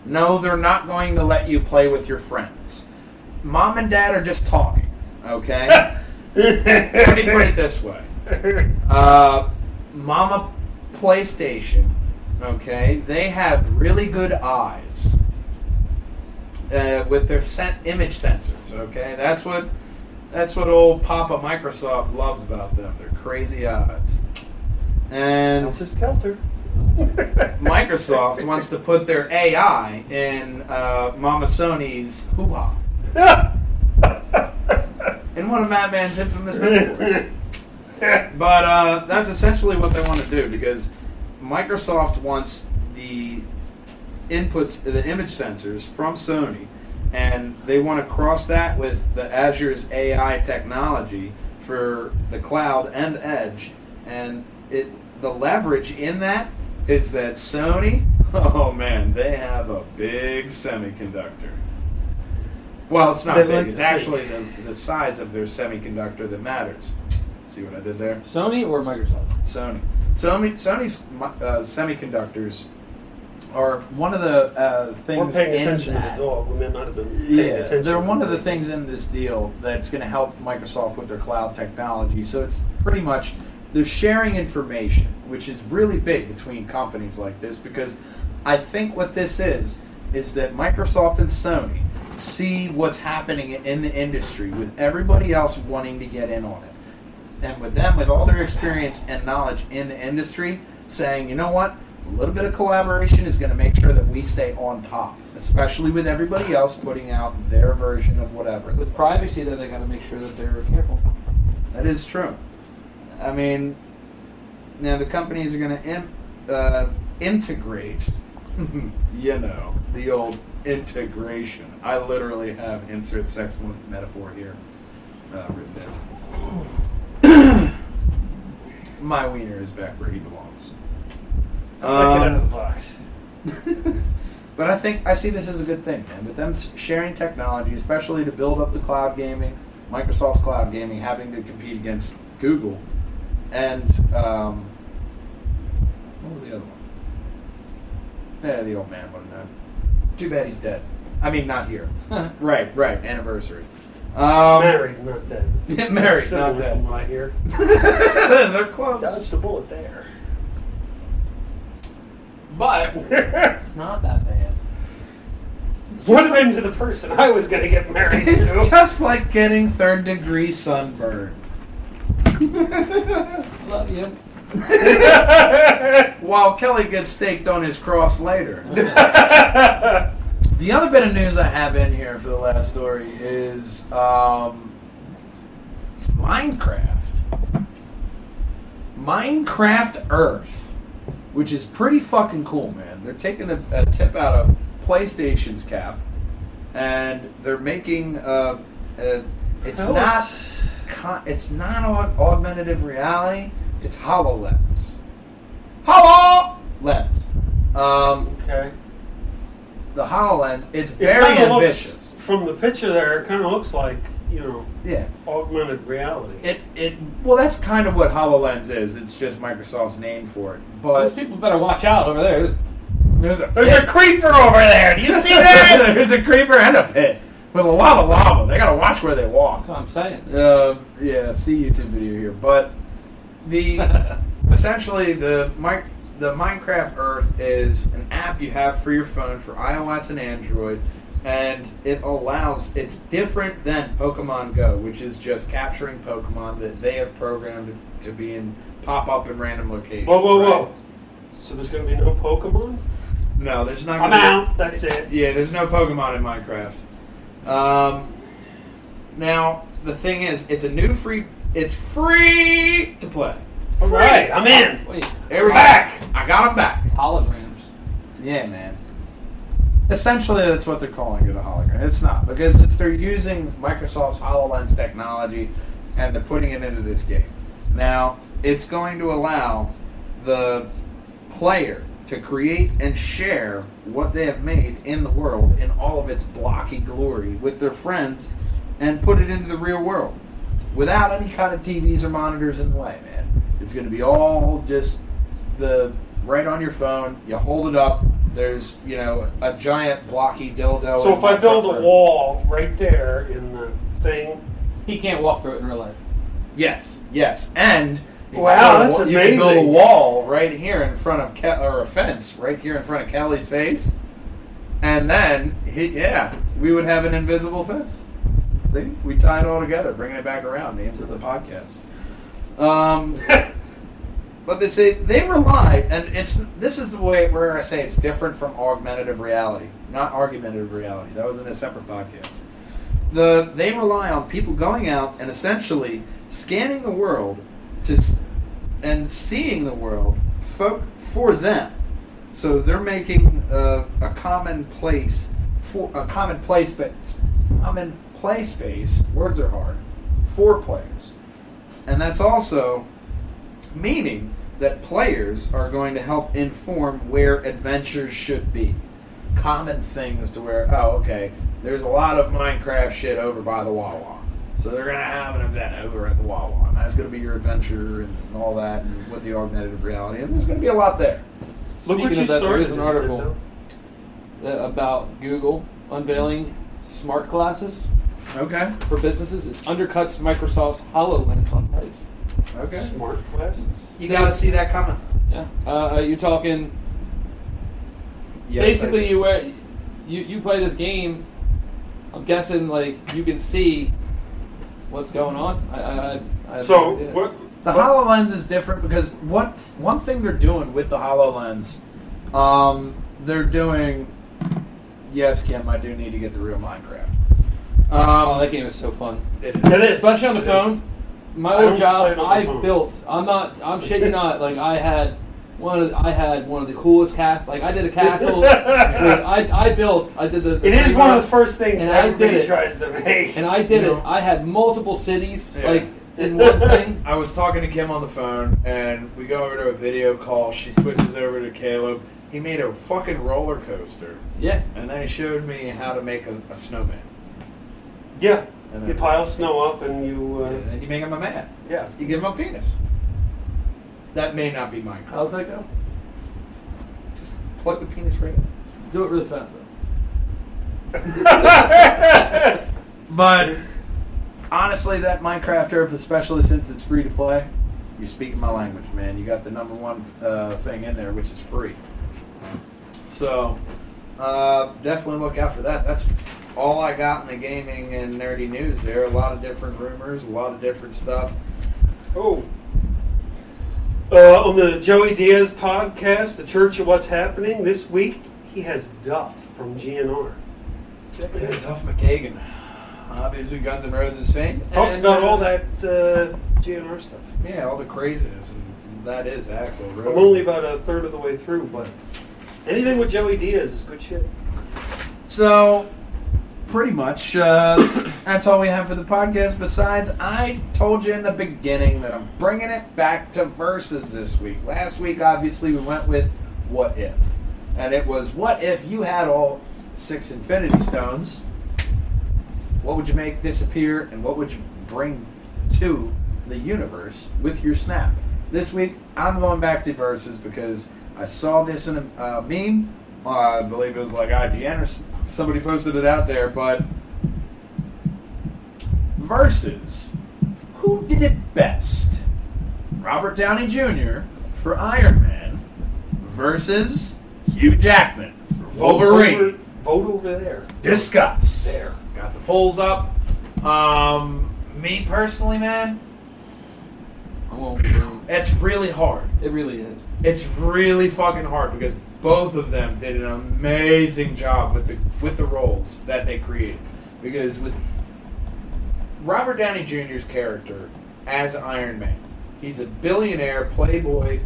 B: no, they're not going to let you play with your friends. Mom and dad are just talking. Okay, let me put it this way. Uh, Mama PlayStation. Okay, they have really good eyes uh, with their sen- image sensors. Okay, that's what that's what old Papa Microsoft loves about them. Their crazy eyes. And
E: Elser Skelter.
B: Microsoft wants to put their AI in uh, Mama Sony's hoo ha. in one of Madman's infamous metaphors. But uh, that's essentially what they want to do because Microsoft wants the inputs, the image sensors from Sony, and they want to cross that with the Azure's AI technology for the cloud and edge. And it the leverage in that is that Sony, oh man, they have a big semiconductor. Well, it's not
E: They like
B: big. It's
E: to think.
B: actually the, the size of their semiconductor that matters. See what I did there?
H: Sony or Microsoft?
B: Sony. Sony Sony's uh, semiconductors are one of the uh, things
E: We're paying
B: in
E: attention to
B: that-
E: the dog. We may not have been paying
B: Yeah,
E: attention.
B: they're one of the things in this deal that's going to help Microsoft with their cloud technology. So it's pretty much they're sharing information, which is really big between companies like this because I think what this is is that Microsoft and Sony see what's happening in the industry with everybody else wanting to get in on it. And with them, with all their experience and knowledge in the industry, saying, you know what, a little bit of collaboration is going to make sure that we stay on top, especially with everybody else putting out their version of whatever.
H: With privacy, though, they got to make sure that they're careful.
B: That is true. I mean, now the companies are going to in, uh, integrate, you know, the old integration. I literally have insert sex mo- metaphor here uh, written down. My wiener is back where he belongs.
F: I'll get out of
B: Um,
F: the box.
B: but I think I see this as a good thing, man. With them s- sharing technology, especially to build up the cloud gaming, Microsoft's cloud gaming, having to compete against Google, and um, what was the other one? Yeah, the old man would have known. Too bad he's dead. I mean, not here. right, right. Anniversary. Um,
E: married, not dead.
B: married,
E: So
B: not
E: From
B: dead.
E: what I hear,
B: They're close.
E: dodged the bullet there.
H: But it's not that bad.
E: Would have been to the person I was going to get married
B: It's
E: to.
B: just like getting third degree sunburn.
H: Love you.
B: While Kelly gets staked on his cross later. the other bit of news I have in here for the last story is um, Minecraft. Minecraft Earth, which is pretty fucking cool, man. They're taking a, a tip out of PlayStation's cap, and they're making uh, uh, it's
E: Oh,
B: not
E: it's-
B: con- it's not aug- augmentative reality. It's Hololens. HoloLens. Um,
E: okay.
B: the HoloLens. It's
E: It
B: very
E: kinda looks-
B: ambitious.
E: from the picture there, it kind of looks like you know
B: yeah.
E: augmented reality.
B: It it well, that's kind of what Hololens is. It's just Microsoft's name for it. But
H: Those people better watch out over there. There's-
B: there's a
F: There's a creeper over there. Do you see that?
B: there's a creeper and a pit with a lot of lava. They gotta watch where they walk. Um,
H: That's what I'm saying.
B: Uh, yeah, see YouTube video here, but the essentially the mic the Minecraft Earth is an app you have for your phone for iOS and Android, and it allows it's different than Pokemon Go, which is just capturing Pokemon that they have programmed to be in pop up in random locations.
E: Whoa, whoa, whoa.
B: right?
E: So there's going to be no Pokemon?
B: No, there's not.
E: I'm
B: gonna be-
E: out. That's it.
B: Yeah, there's no Pokemon in Minecraft. Um, now the thing is, it's a new free. It's free to play.
E: All right, I'm in.
H: Wait,
B: There we go.
E: Back.
B: I got him back.
H: holograms.
B: Yeah, man. Essentially, that's what they're calling it a hologram. It's not because it's they're using Microsoft's Hololens technology and they're putting it into this game. Now, it's going to allow the player to create and share what they have made in the world in all of its blocky glory with their friends and put it into the real world without any kind of TVs or monitors in the way, man. It's going to be all just the right on your phone. You hold it up. There's you know a giant blocky dildo.
E: So
B: in
E: if I
B: my
E: build a
B: front room.
E: wall right there in the thing,
H: He can't walk through it in real life.
B: yes, yes, and you
E: Wow,
B: can build a
E: that's
B: wa- You can build a
E: amazing.
B: wall right here in front of Ke- or a fence right here in front of Kelly's face, and then he, yeah, we would have an invisible fence. See, we tie it all together, bringing it back around. The answer to the podcast. Um, but they say they rely, and it's this is the way where I say it's different from augmentative reality, not argumentative reality. That was in a separate podcast. The they rely on people going out and essentially scanning the world to s- and seeing the world fo- for them. So they're making uh, a common place for a common play space, common play space. Words are hard for players, and that's also meaning that players are going to help inform where adventures should be. Common things to where, oh, okay, there's a lot of Minecraft shit over by the Wawa. So they're going to have an event over at the Wawa, and that's going to be your adventure and all that, and with the augmentative reality, and there's going to be a lot there.
E: look
H: Speaking
E: what you
H: of that,
E: started.
H: there is an
E: with,
H: article
E: though.
H: that, about Google unveiling smart glasses
B: Okay,
H: for businesses. It undercuts Microsoft's HoloLens on price.
B: okay.
E: Smart glasses.
B: You got to see that coming.
H: Yeah, uh, uh, you're talking
B: Yes,
H: basically
B: I-
H: you wear you you play this game i'm guessing like you can see what's going on i i, I, I
E: So
H: yeah.
E: what?
B: The Hololens is different because what one thing they're doing with the Hololens, um, they're doing. Yes, Kim, I do need to get the real Minecraft. Um,
H: oh that game is so fun
B: it is.
E: That is.
H: especially on the phone
E: I
H: my
E: don't
H: old job
E: play it on the
H: i
E: phone.
H: built i'm not i'm shitting not like i had one of the, i had one of the coolest cast like i did a castle with- i i built i did the, the
E: It is one of the first things
H: And
E: that
H: I did
E: everybody
H: it.
E: tries to make.
H: and i did
B: You
H: it
B: know.
H: i had multiple cities
B: Yeah.
H: like in one thing
B: I was talking to Kim on the phone, and we go over to a video call. She switches over to Caleb. He made a fucking roller coaster,
H: yeah
B: and then he showed me how to make a, a snowman.
E: yeah,
B: And
E: you
B: then-
E: pile snow up and you. Uh,
B: And you make him a man.
E: yeah.
B: You give him a penis. That may not be Minecraft.
H: how's that go
B: Plug the penis right in.
H: do it really fast though
B: But honestly, that Minecraft Earth, especially since it's free to play, you're speaking my language, man. You got the number one uh, thing in there, which is free. So uh, definitely look out for that. That's all I got in the gaming and nerdy news. There are a lot of different rumors, a lot of different stuff.
E: Oh. Uh, on the Joey Diaz podcast, The Church of What's Happening, this week he has Duff from GNR. Check it
B: Yeah,
E: out.
B: Duff McKagan, obviously Guns N' Roses fame.
E: Talks
B: And,
E: about
B: uh,
E: all that uh, GNR stuff.
B: Yeah, all the craziness, and that is Axel. Really.
E: I'm only about a third of the way through, but anything with Joey Diaz is good shit.
B: So, pretty much, uh, that's all we have for the podcast. Besides, I told you in the beginning that I'm bringing it back to verses this week. Last week, obviously, we went with what if, and it was what if you had all six Infinity Stones. What would you make disappear, and what would you bring to the universe with your snap? This week, I'm going back to verses because I saw this in a uh, meme. Uh, I believe it was like IGN or s- somebody posted it out there, but versus who did it best? Robert Downey Jr. for Iron Man versus Hugh Jackman for Wolverine.
E: Vote over there.
B: Discuss. There. Got the polls up. Um, me personally, man,
C: I won't. be wrong.
B: it's really hard.
C: It really is.
B: It's really fucking hard because both of them did an amazing job with the with the roles that they created. Because with Robert Downey Jr.'s character as Iron Man, he's a billionaire playboy,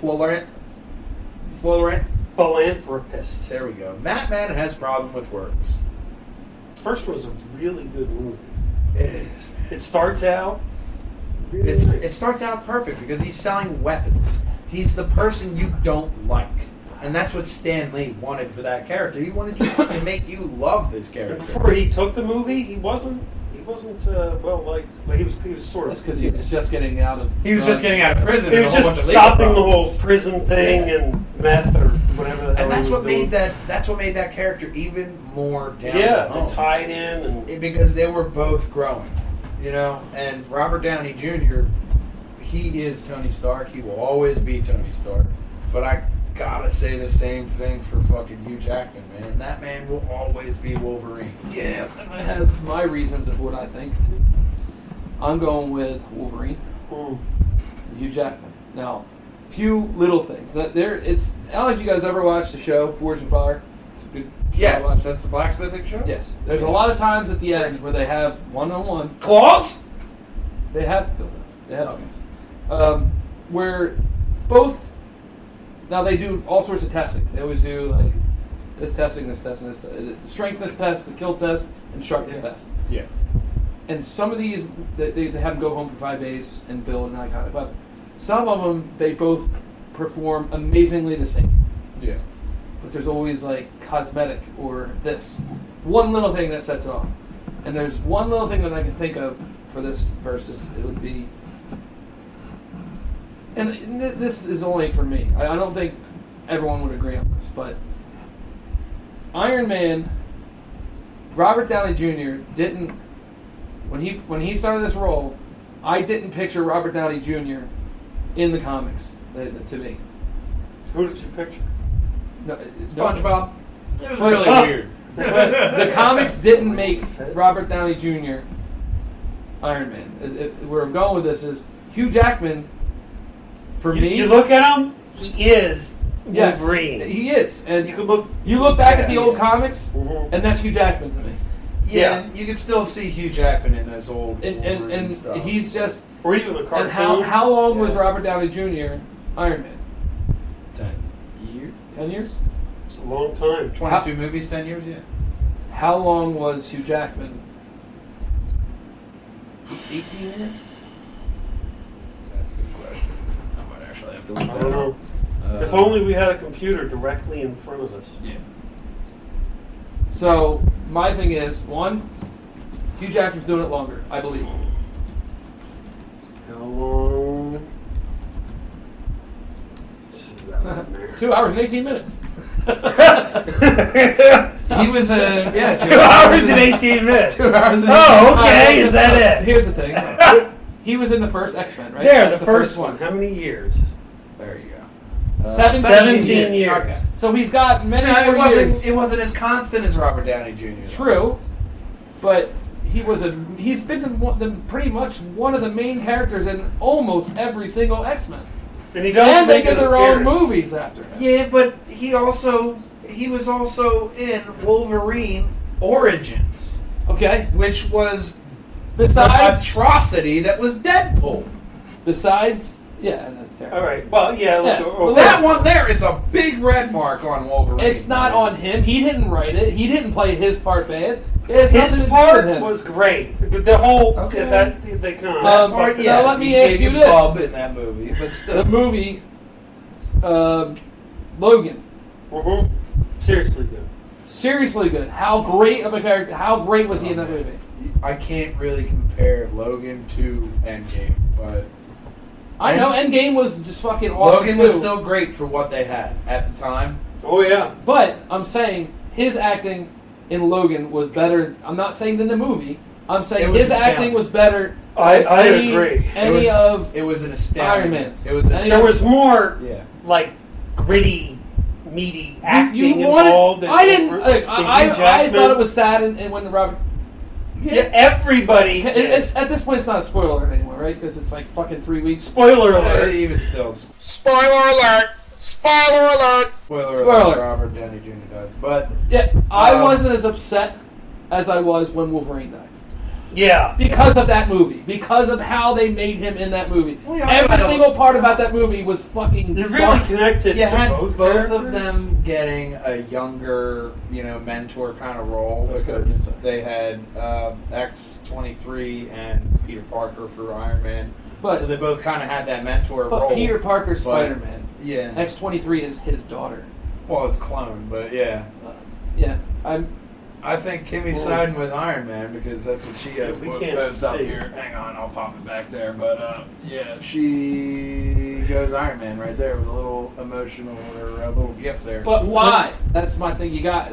B: Florent, Florent.
E: Philanthropist.
B: There we go. Matt Man has problem with words.
E: First one's a really good movie.
B: It is.
E: It starts out. really
B: It's,
E: nice.
B: it starts out perfect because he's selling weapons. He's the person you don't like. And that's what Stan Lee wanted for that character. He wanted you to make you love this
E: And
B: character.
E: before he took the movie, he wasn't. He wasn't uh, well liked. Well, he was. He was sort of.
C: That's because he was just getting out of.
B: He was just getting out of prison.
E: He
B: and
E: was
B: a whole
E: just
B: bunch of legal
E: stopping the
B: problems.
E: whole prison thing
B: Yeah.
E: and meth or whatever the
B: And
E: hell. he
B: that's
E: was
B: what
E: doing.
B: made that. That's what made that character even more down.
E: Yeah,
B: to home.
E: they tied in and
B: It- because they were both growing, you know. And Robert Downey Jr. He is Tony Stark. He will always be Tony Stark. But I gotta say the same thing for fucking Hugh Jackman, man. That man will always be Wolverine.
C: Yeah, and I have my reasons of what I think too. I'm going with Wolverine,
E: Mm.
C: Hugh Jackman. Now, few little things. That there, it's. I don't know if you guys ever watched the show Forge and Fire. It's a good show to watch.
B: Yes, that's the blacksmithing show.
C: Yes. There's a lot of times at the end where they have one on one.
B: Claws.
C: They have buildings. They have buildings. Um, where both. Now they do all sorts of testing. They always do like this testing, this testing, this the strengthness test, the kill test, and sharpness test.
B: Yeah.
C: And some of these, they, they they have them go home for five days and build an iconic weapon. Some of them, they both perform amazingly the same
B: Yeah.
C: but there's always like cosmetic or this one little thing that sets it off. And there's one little thing that I can think of for this versus it would be, and th- this is only for me. I I don't think everyone would agree on this, but Iron Man, Robert Downey Jr. didn't when he when he started this role, I didn't picture Robert Downey Jr. in the comics uh, to me.
E: who did you picture?
C: No, it- it's-
B: SpongeBob. It was
C: Wait,
B: really
C: huh?
B: weird.
C: But the comics didn't make Robert Downey Jr. Iron Man. It- it- where I'm going with this is Hugh Jackman. For
E: You,
C: me,
E: you look at him. He is
C: yes,
E: Wolverine.
C: He is, and
E: you could look.
C: you look back at the old comics,
E: Mhm.
C: and that's Hugh Jackman to me.
B: Yeah, you can still see Hugh Jackman in those old
C: And and,
B: Wolverine stuff.
C: and he's just.
E: or even a cartoon.
C: And how how long was
E: Yeah.
C: Robert Downey Jr. Iron Man?
B: ten years,
C: Ten years.
E: It's a long time.
B: twenty-two movies, ten years. Yeah.
C: How long was Hugh Jackman? Eighteen years.
B: That's a good question. I might actually have to
E: I
B: look
E: don't know.
B: Uh,
E: if only we had a computer directly in front of us.
B: Yeah.
C: So my thing is one, Hugh Jackman's doing it longer, I believe.
E: How long? See, that one there.
C: Two hours and eighteen minutes.
B: He was a yeah.
C: Two
B: Two,
I: Two hours and 18 minutes.
B: Two hours and
I: Oh, okay. Is that it?
C: Here's the thing. He was in the first X Men, right?
E: There,
C: That's
E: the, first, one. How many years?
B: There you go.
C: Uh, Seventeen.
E: 17 years.
B: Okay.
C: So he's got many
B: No,
C: more
B: it wasn't.
C: years.
B: It wasn't as constant as Robert Downey Jr.
C: True, but he was a. He's been in one, the, pretty much one of the main characters in almost every single X Men.
E: And he does
C: And they
E: make
C: did
E: an
C: their own
E: appearance.
C: movies after. him.
B: Yeah, but he also he was also in Wolverine Origins,
C: Okay.
B: which was the
C: Besides,
B: atrocity that was Deadpool.
C: besides, yeah, and that's terrible.
E: All right. Well, yeah.
C: Yeah,
E: Look,
C: well,
E: okay.
B: That one there is a big red mark on Wolverine.
C: It's not on him. He didn't write it. He didn't play his part bad. It has nothing to
E: His
C: do
E: part
C: with him.
E: was great, but the whole
B: Okay.
E: that they, they kind of
C: Um,
B: Or,
C: Now
B: yeah,
C: let me
B: he
C: ask
B: gave
C: you
B: him
C: this.
B: Bub in that movie, but still.
C: the movie. Um, Logan,
E: Mm-hmm. seriously good.
C: seriously good. How great of a character? How great was he in that movie?
B: I can't really compare Logan to Endgame, but
C: I know Endgame was just fucking awesome
B: Logan
C: too.
B: was still great for what they had at the time.
E: Oh yeah.
C: but I'm saying his acting in Logan was better. I'm not saying than the movie, I'm
B: It
C: saying
B: was
C: his
B: his
C: acting
B: talent.
C: was better.
E: I, I
C: any,
E: agree.
C: Any
B: was-
C: of
B: It was an
C: Iron
B: astounding.
C: Man.
B: It was. An,
C: Any
E: There was more
C: yeah.
E: like gritty, meaty acting
C: you wanted,
E: involved. and-
C: I didn't.
E: and
C: Look,
E: Hugh
C: I, I, I
E: Jackman.
C: thought it was sad, and, and when Robert.
E: Yeah, everybody.
C: It-
E: did.
C: it's, at this point, it's not a spoiler anymore, right? Because it's like fucking three weeks.
E: Spoiler alert.
B: even still, it's
J: Spoiler alert! Spoiler alert!
B: spoiler,
C: Spoiler.
B: alert, Robert Downey Jr. dies, but
C: Yeah, I
B: Um,
C: wasn't as upset as I was when Wolverine died
E: Yeah.
C: because of that movie, because of how they made him in that movie.
B: Well, yeah,
C: Every
B: I don't-
C: single part about that movie was fucking.
E: They're really
C: dark.
E: connected
B: you
E: to
B: had
E: both,
B: both, of
E: characters.
B: them getting a younger, you know, mentor kind of role
C: That's good.
B: because they had uh, X twenty three and Peter Parker for Iron Man,
C: But-
B: so they both kind of had that mentor
C: But
B: role.
C: Peter Parker's
B: But-
C: Spider Man.
B: yeah,
C: X twenty three is his daughter.
B: well, it's clone, but yeah,
C: Uh, yeah, I'm.
B: I think Kimmy's
E: Well-
B: siding with Iron Man because that's what she has
E: Yeah, we
B: po-
E: can't
B: posted up
E: see.
B: here. Hang on, I'll pop it back there, but uh, yeah, she goes Iron Man right there with a little emotional or a little gift there.
C: But why? That's my thing. You got.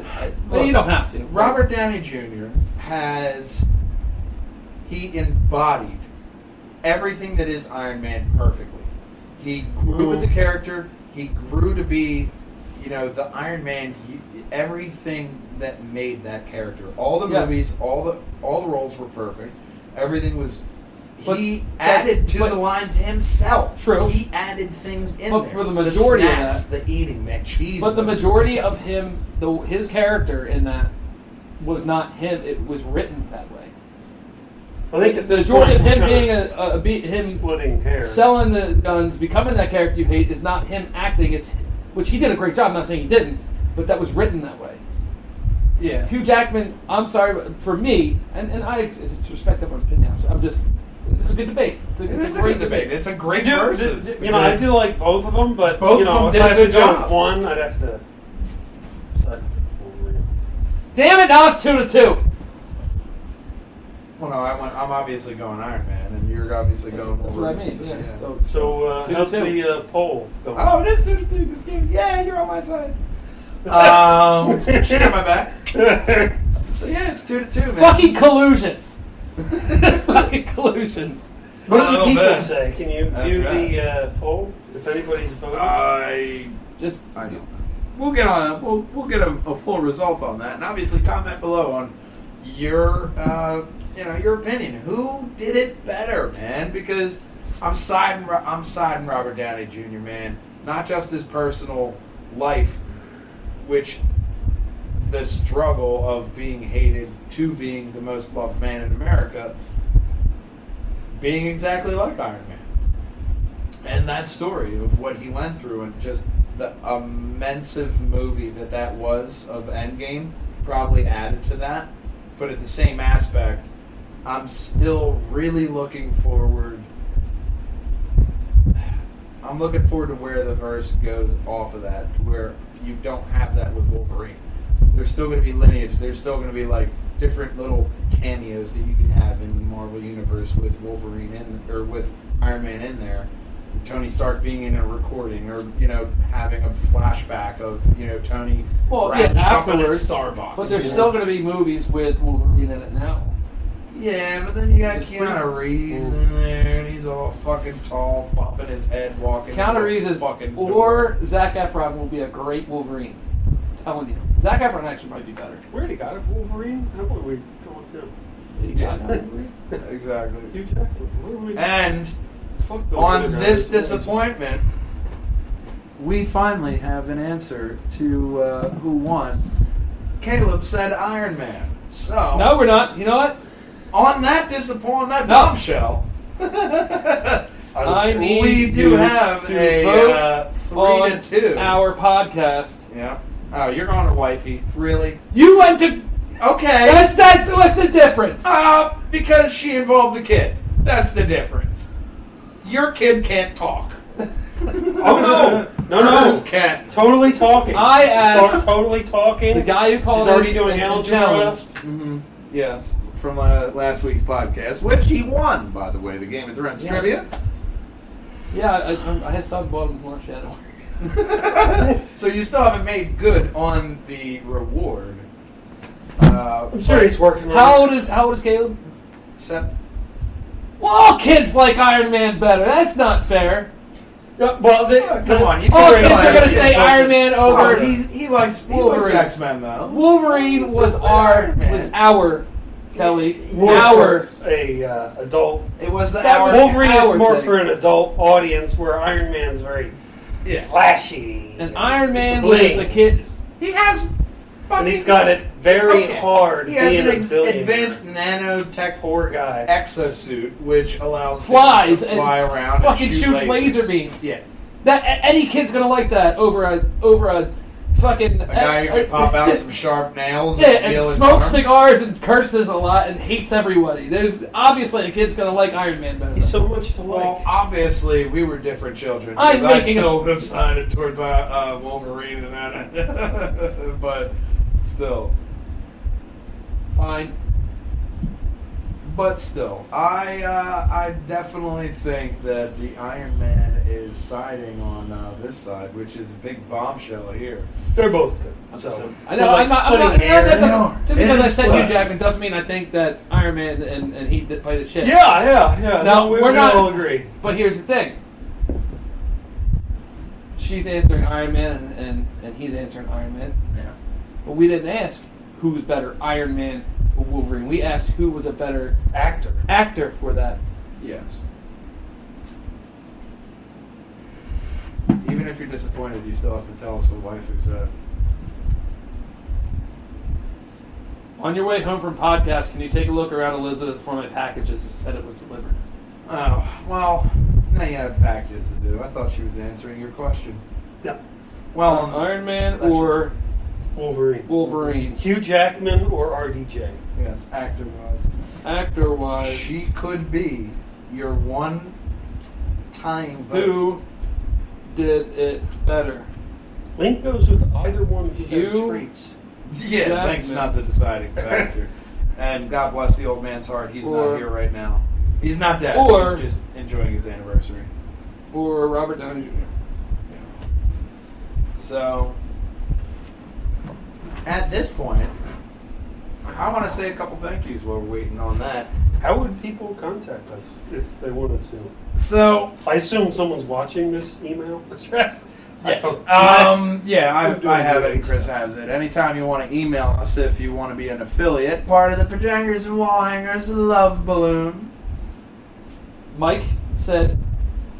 C: Well, you don't have to.
B: Robert Downey Jr. has he embodied everything that is Iron Man perfectly. He grew with the character. He grew to be, you know, the Iron Man. he- Everything that made that character, all the
C: Yes.
B: movies, all the all the roles were perfect. Everything was.
C: But
B: he
C: that-
B: added to
C: but-
B: the lines himself.
C: True.
B: He added things in
C: But
B: there.
C: for the majority of
B: the snacks,
C: that-
B: the eating, that cheese.
C: But the
B: loaf.
C: majority of him, the, his character in that was not him. It was written that way.
E: I think at
C: the
E: this
C: majority of
E: point,
C: him
E: we're
C: being
E: kinda
C: a, a, be him
E: splitting hairs.
C: selling the guns, becoming that character you hate, is not him acting. It's which he did a great job. I'm not saying he didn't, but that was written that way.
B: yeah.
C: Hugh Jackman, I'm sorry, but for me, and, and I it's respect everyone's opinion. I'm, I'm just, it's a good debate. It's a,
B: It
C: it's
B: is
C: a great
B: good
C: debate.
B: It's a
E: I
B: great
E: do,
B: versus.
E: th- th- you know, I do like both of them, but
B: Both
E: you
B: of
E: know,
B: them did
E: if I
B: a
E: had
B: good
E: to jump
B: job.
E: one, I'd have to. side Wolverine.
C: Damn it! Now it's two to two.
B: Well, no, I went, I'm obviously going Iron Man, and you're obviously
C: That's,
B: going.
C: that's what I
B: Wolverine,
C: mean.
B: so,
C: Yeah. So,
E: So uh,
C: Two to
E: how's
C: two.
E: the uh, poll going?
B: oh, it is two to two. This game. Yeah, you're on my side. Um, shit on my back. So yeah, it's two to two, man.
C: fucking collusion. That's fucking collusion.
E: what do
B: A
E: the
B: little
E: people
B: bit.
E: say? Can you
B: Oh, That's
E: view
B: right. Uh,
E: the uh, poll? If anybody's voting,
B: I,
C: Just
B: I don't. We'll get on. A, we'll we'll get a, a full result on that, and obviously comment below on your uh, you know your opinion. Who did it better, man? Because I'm siding. Ro- I'm siding Robert Downey Jr. Man, not just his personal life, which the struggle of being hated to being the most loved man in America, being exactly like Iron Man. And that story of what he went through and just the immense movie that that was of Endgame probably added to that. But at the same aspect, I'm still really looking forward. I'm looking forward to where the verse goes off of that, to where you don't have that with Wolverine. There's still going to be lineage. There's still going to be like different little cameos that you could have in the Marvel universe with Wolverine in or with Iron Man in there. Tony Stark being in a recording, or you know, having a flashback of you know Tony.
C: Well, yeah,
B: grabbing something at
C: afterwards.
B: Starbucks.
C: But there's
B: Yeah.
C: still going to be movies with Wolverine in it now.
B: Yeah, but then you got
C: It's
B: Keanu
C: pretty-
B: Reeves in there, and he's all fucking tall, popping his head, walking.
C: Keanu
B: into a
C: Reeves is
B: fucking
C: or Zach Efron will be a great Wolverine. I'm telling you, Zach Efron actually might be better.
E: we already got a Wolverine. How about we go with him?
B: Yeah.
E: Hugh
B: door. exactly.
E: Jackman. What do we?
B: And
E: Fuck those
B: on
E: other
B: this
E: guys.
B: disappointment, we finally have an answer to uh, who won. Caleb said Iron Man. So
C: No, we're not. You know what?
B: on that disappointment, that
C: No.
B: bombshell.
C: I need
B: we do
C: you
B: have
C: to
B: a
C: vote
B: uh, three
C: on
B: to two.
C: our podcast.
B: Yeah. Oh, you're on a wifey. Really?
C: You went to.
B: Okay.
C: That's that's what's the difference.
B: Uh, because she involved the kid. That's the difference. Your kid can't talk.
E: Oh no! No
B: Hers
E: no!
B: can't.
E: Totally talking.
C: I asked-
E: Start totally talking.
C: The guy who called
E: She's already
C: in
E: doing
C: and
E: algebra.
C: challenged.
B: Mm-hmm. Yes. From uh, last week's podcast, which he won, by the way, the Game of Thrones
C: Yeah.
B: trivia.
C: Yeah, I, I, I had some bottom lunch at work.
B: so you still haven't made good on the reward. Uh,
E: I'm sure he's working. on
C: How
E: it.
C: old is How old is Caleb?
B: Except
C: Well, all kids like Iron Man better. That's not fair. uh,
E: Yeah, well, they,
B: come on, you
C: All
B: Great
C: kids are
B: Iron
C: gonna
B: Man.
C: say Iron Man over.
B: Well,
C: He,
B: Oh, he
C: he likes
B: likes
C: Wolverine.
B: X Men though.
C: Wolverine was our was our Kelly.
E: more
C: Our
E: for a uh, adult.
B: It was the
C: That
B: hour.
E: Wolverine
C: hour
E: is more
C: thing.
E: for an adult audience, where Iron Man's very
B: Yeah.
E: flashy.
C: and Iron Man was
E: Bling.
C: a kid.
B: He has.
E: and he's got it very
B: Okay.
E: hard.
B: He has
E: being
B: an
E: a
B: ex-
E: billionaire.
B: advanced nanotech
E: poor guy.
B: exosuit, which allows him
C: Flies
B: to
C: and
B: fly around,
C: fucking
B: and shoot
C: shoots laser
B: lasers.
C: beams.
B: Yeah,
C: That a- any kid's gonna like that over a over a fucking
B: a guy who can pop out some sharp nails.
C: Yeah,
B: feel
C: and
B: his
C: smokes
B: arm.
C: cigars and curses a lot and hates everybody. There's obviously a kid's gonna like Iron Man better.
E: He's so much to
B: Well,
E: like.
B: obviously, we were different children.
C: I'm
B: 'cause I
C: making a-
B: still would have sided towards uh, uh, Wolverine and that, but still,
C: Fine.
B: but still, I uh, I definitely think that the Iron Man is siding on uh, this side, which is a big bombshell here.
E: They're both good.
B: So-
E: So
C: I know.
E: Like
C: I'm not. I'm not.
E: splitting
C: no, that
E: hairs.
C: doesn't- Just
B: It
C: because I
B: is
C: said
B: split.
C: Hugh Jackman doesn't mean I think that Iron Man and, and he did play the shit.
E: Yeah, yeah, yeah.
C: No,
E: we,
C: we're
E: we
C: not-
E: all agree.
C: But here's the thing. She's answering Iron Man and, and, and he's answering Iron Man.
B: Yeah.
C: But we didn't ask who was better, Iron Man or Wolverine. We asked who was a better
E: Actor.
C: actor for that.
B: Yes. Even if you're disappointed, you still have to tell us what uh, waifu's at.
C: On your way home from podcast, can you take a look around Elizabeth for my packages that said it was delivered?
B: Oh, well, now you have packages to do. I thought she was answering your question.
E: No,
B: Well,
C: Um, Iron Man
B: that's
C: or
E: Wolverine.
C: Wolverine,
E: Hugh Jackman or RDJ?
B: Yes, actor wise.
C: actor wise,
B: She could be your one time
C: who did it better?
E: Link goes with either one of
C: Hugh-
E: those traits.
B: Yeah,
C: Jackman.
B: thanks, not the deciding factor. and God bless the old man's heart. He's
C: Or-
B: not here right now. He's not dead.
C: Or-
B: He's just enjoying his anniversary.
C: Or Robert Downey Jr.
B: So, at this point, I want to say a couple thank yous while we're waiting on that.
E: How would people contact us if they wanted to?
B: So,
E: I assume someone's watching this email Oh, address. I don't-
B: Um, yeah,
E: We're
B: I,
E: doing
B: I have it.
E: great
B: and Chris
E: stuff.
B: has it. Anytime you want to email us if you want to be an affiliate, part of the Projectors and Wall Hangers Love Balloon.
C: Mike said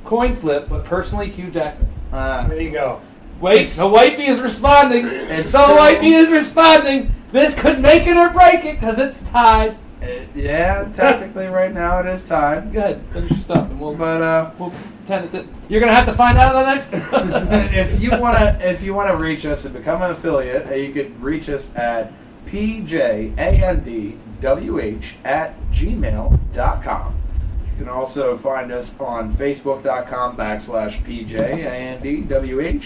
C: coin flip, but personally Hugh Jackman.
B: Uh,
E: there you go.
C: Wait, the wifey is responding.
B: It's
C: the
B: so-
C: wifey is responding. This could make it or break it because it's tied.
B: it- yeah, technically right now it is time.
C: Go ahead, finish your stuff, and we'll
B: But uh,
C: we'll pretend that you're gonna have to find out on the next.
B: if you wanna if you wanna reach us and become an affiliate, uh, you could reach us at pjandwh at gmail.com. You can also find us on facebook.com backslash pjandwh,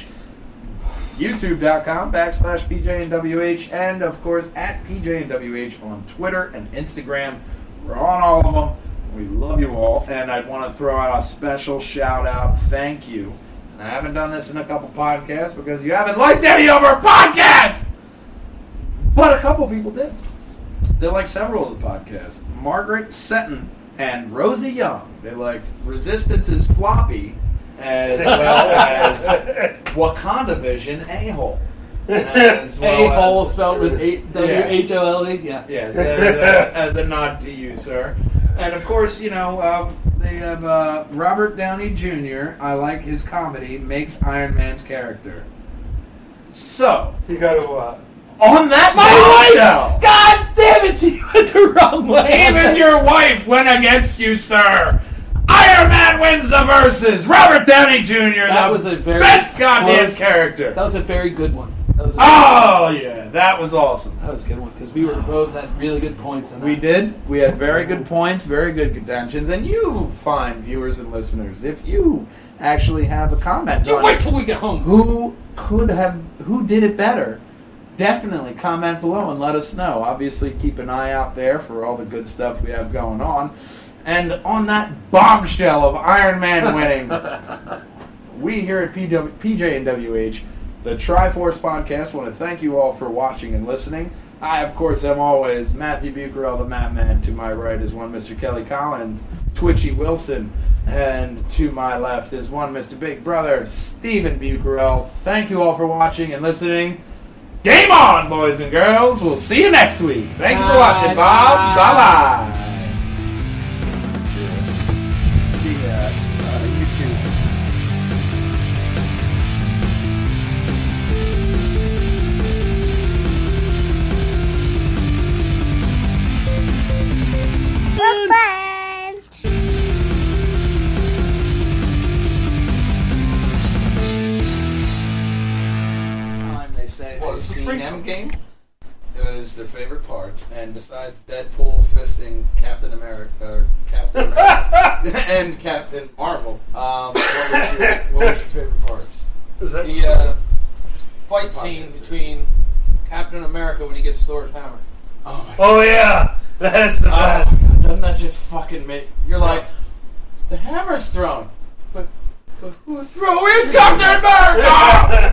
B: youtube.com backslash pjandwh, and of course at pjandwh on Twitter and Instagram. We're on all of them. We love you all, and I want to throw out a special shout out thank you. And I haven't done this in a couple podcasts because you haven't liked any of our podcasts! But a couple people did. They liked several of the podcasts. Margaret Seton and Rosie Young. They liked Resistance is Floppy as well as Wakanda Vision A Hole. As well
C: A hole
B: as-
C: spelled with eight
B: Yeah.
C: W H O L E. Yeah.
B: Yes, as a, uh, as a nod to you, sir. And of course, you know, um, they have uh, Robert Downey Jr., I like his comedy, makes Iron Man's character. So,
E: You got to. Uh,
B: on that
C: God,
B: bombshell,
C: damn it! She went the wrong way.
B: even your wife went against you, sir. Iron Man wins the verses. Robert Downey Jr.,
C: That
B: the
C: was a very
B: best goddamn
C: close-
B: character.
C: That was a very good one. That was a
B: oh, yeah, that was awesome.
C: That was a good one because we were both had really good points. In that.
B: We did. We had very good points, very good contentions, and you, fine viewers and listeners, if you actually have a comment
C: You
B: on
C: wait
B: it,
C: till we get home.
B: who could have, who did it better, definitely comment below and let us know. Obviously, keep an eye out there for all the good stuff we have going on. And on that bombshell of Iron Man winning, we here at PW, PJ and WH The Triforce Podcast want to thank you all for watching and listening. I, of course, am always Matthew Bucarell, the Map Man. To my right is one Mr. Kelly Collins, Twitchy Wilson, and to my left is one Mr. Big Brother, Stephen Bucarell. Thank you all for watching and listening. Game on, boys and girls. We'll see you next week. Thank you for watching, Bob. Bye bye. The uh, uh, YouTube.
A: Bye-bye.
B: time they say
C: Well,
B: they've
C: it's a
B: seen
C: threesome.
B: them game. It was their favorite parts, and besides Deadpool fisting Captain America, uh, Captain America and Captain Marvel, um, what, was your, what was your favorite parts?
E: Is that
C: The uh, fight scene between Captain America when he gets Thor's hammer.
B: Oh my
F: Oh yeah, that's the
B: god!
F: best.
B: Doesn't that just fucking make you're like the hammer's thrown, but but who threw? It's Captain America!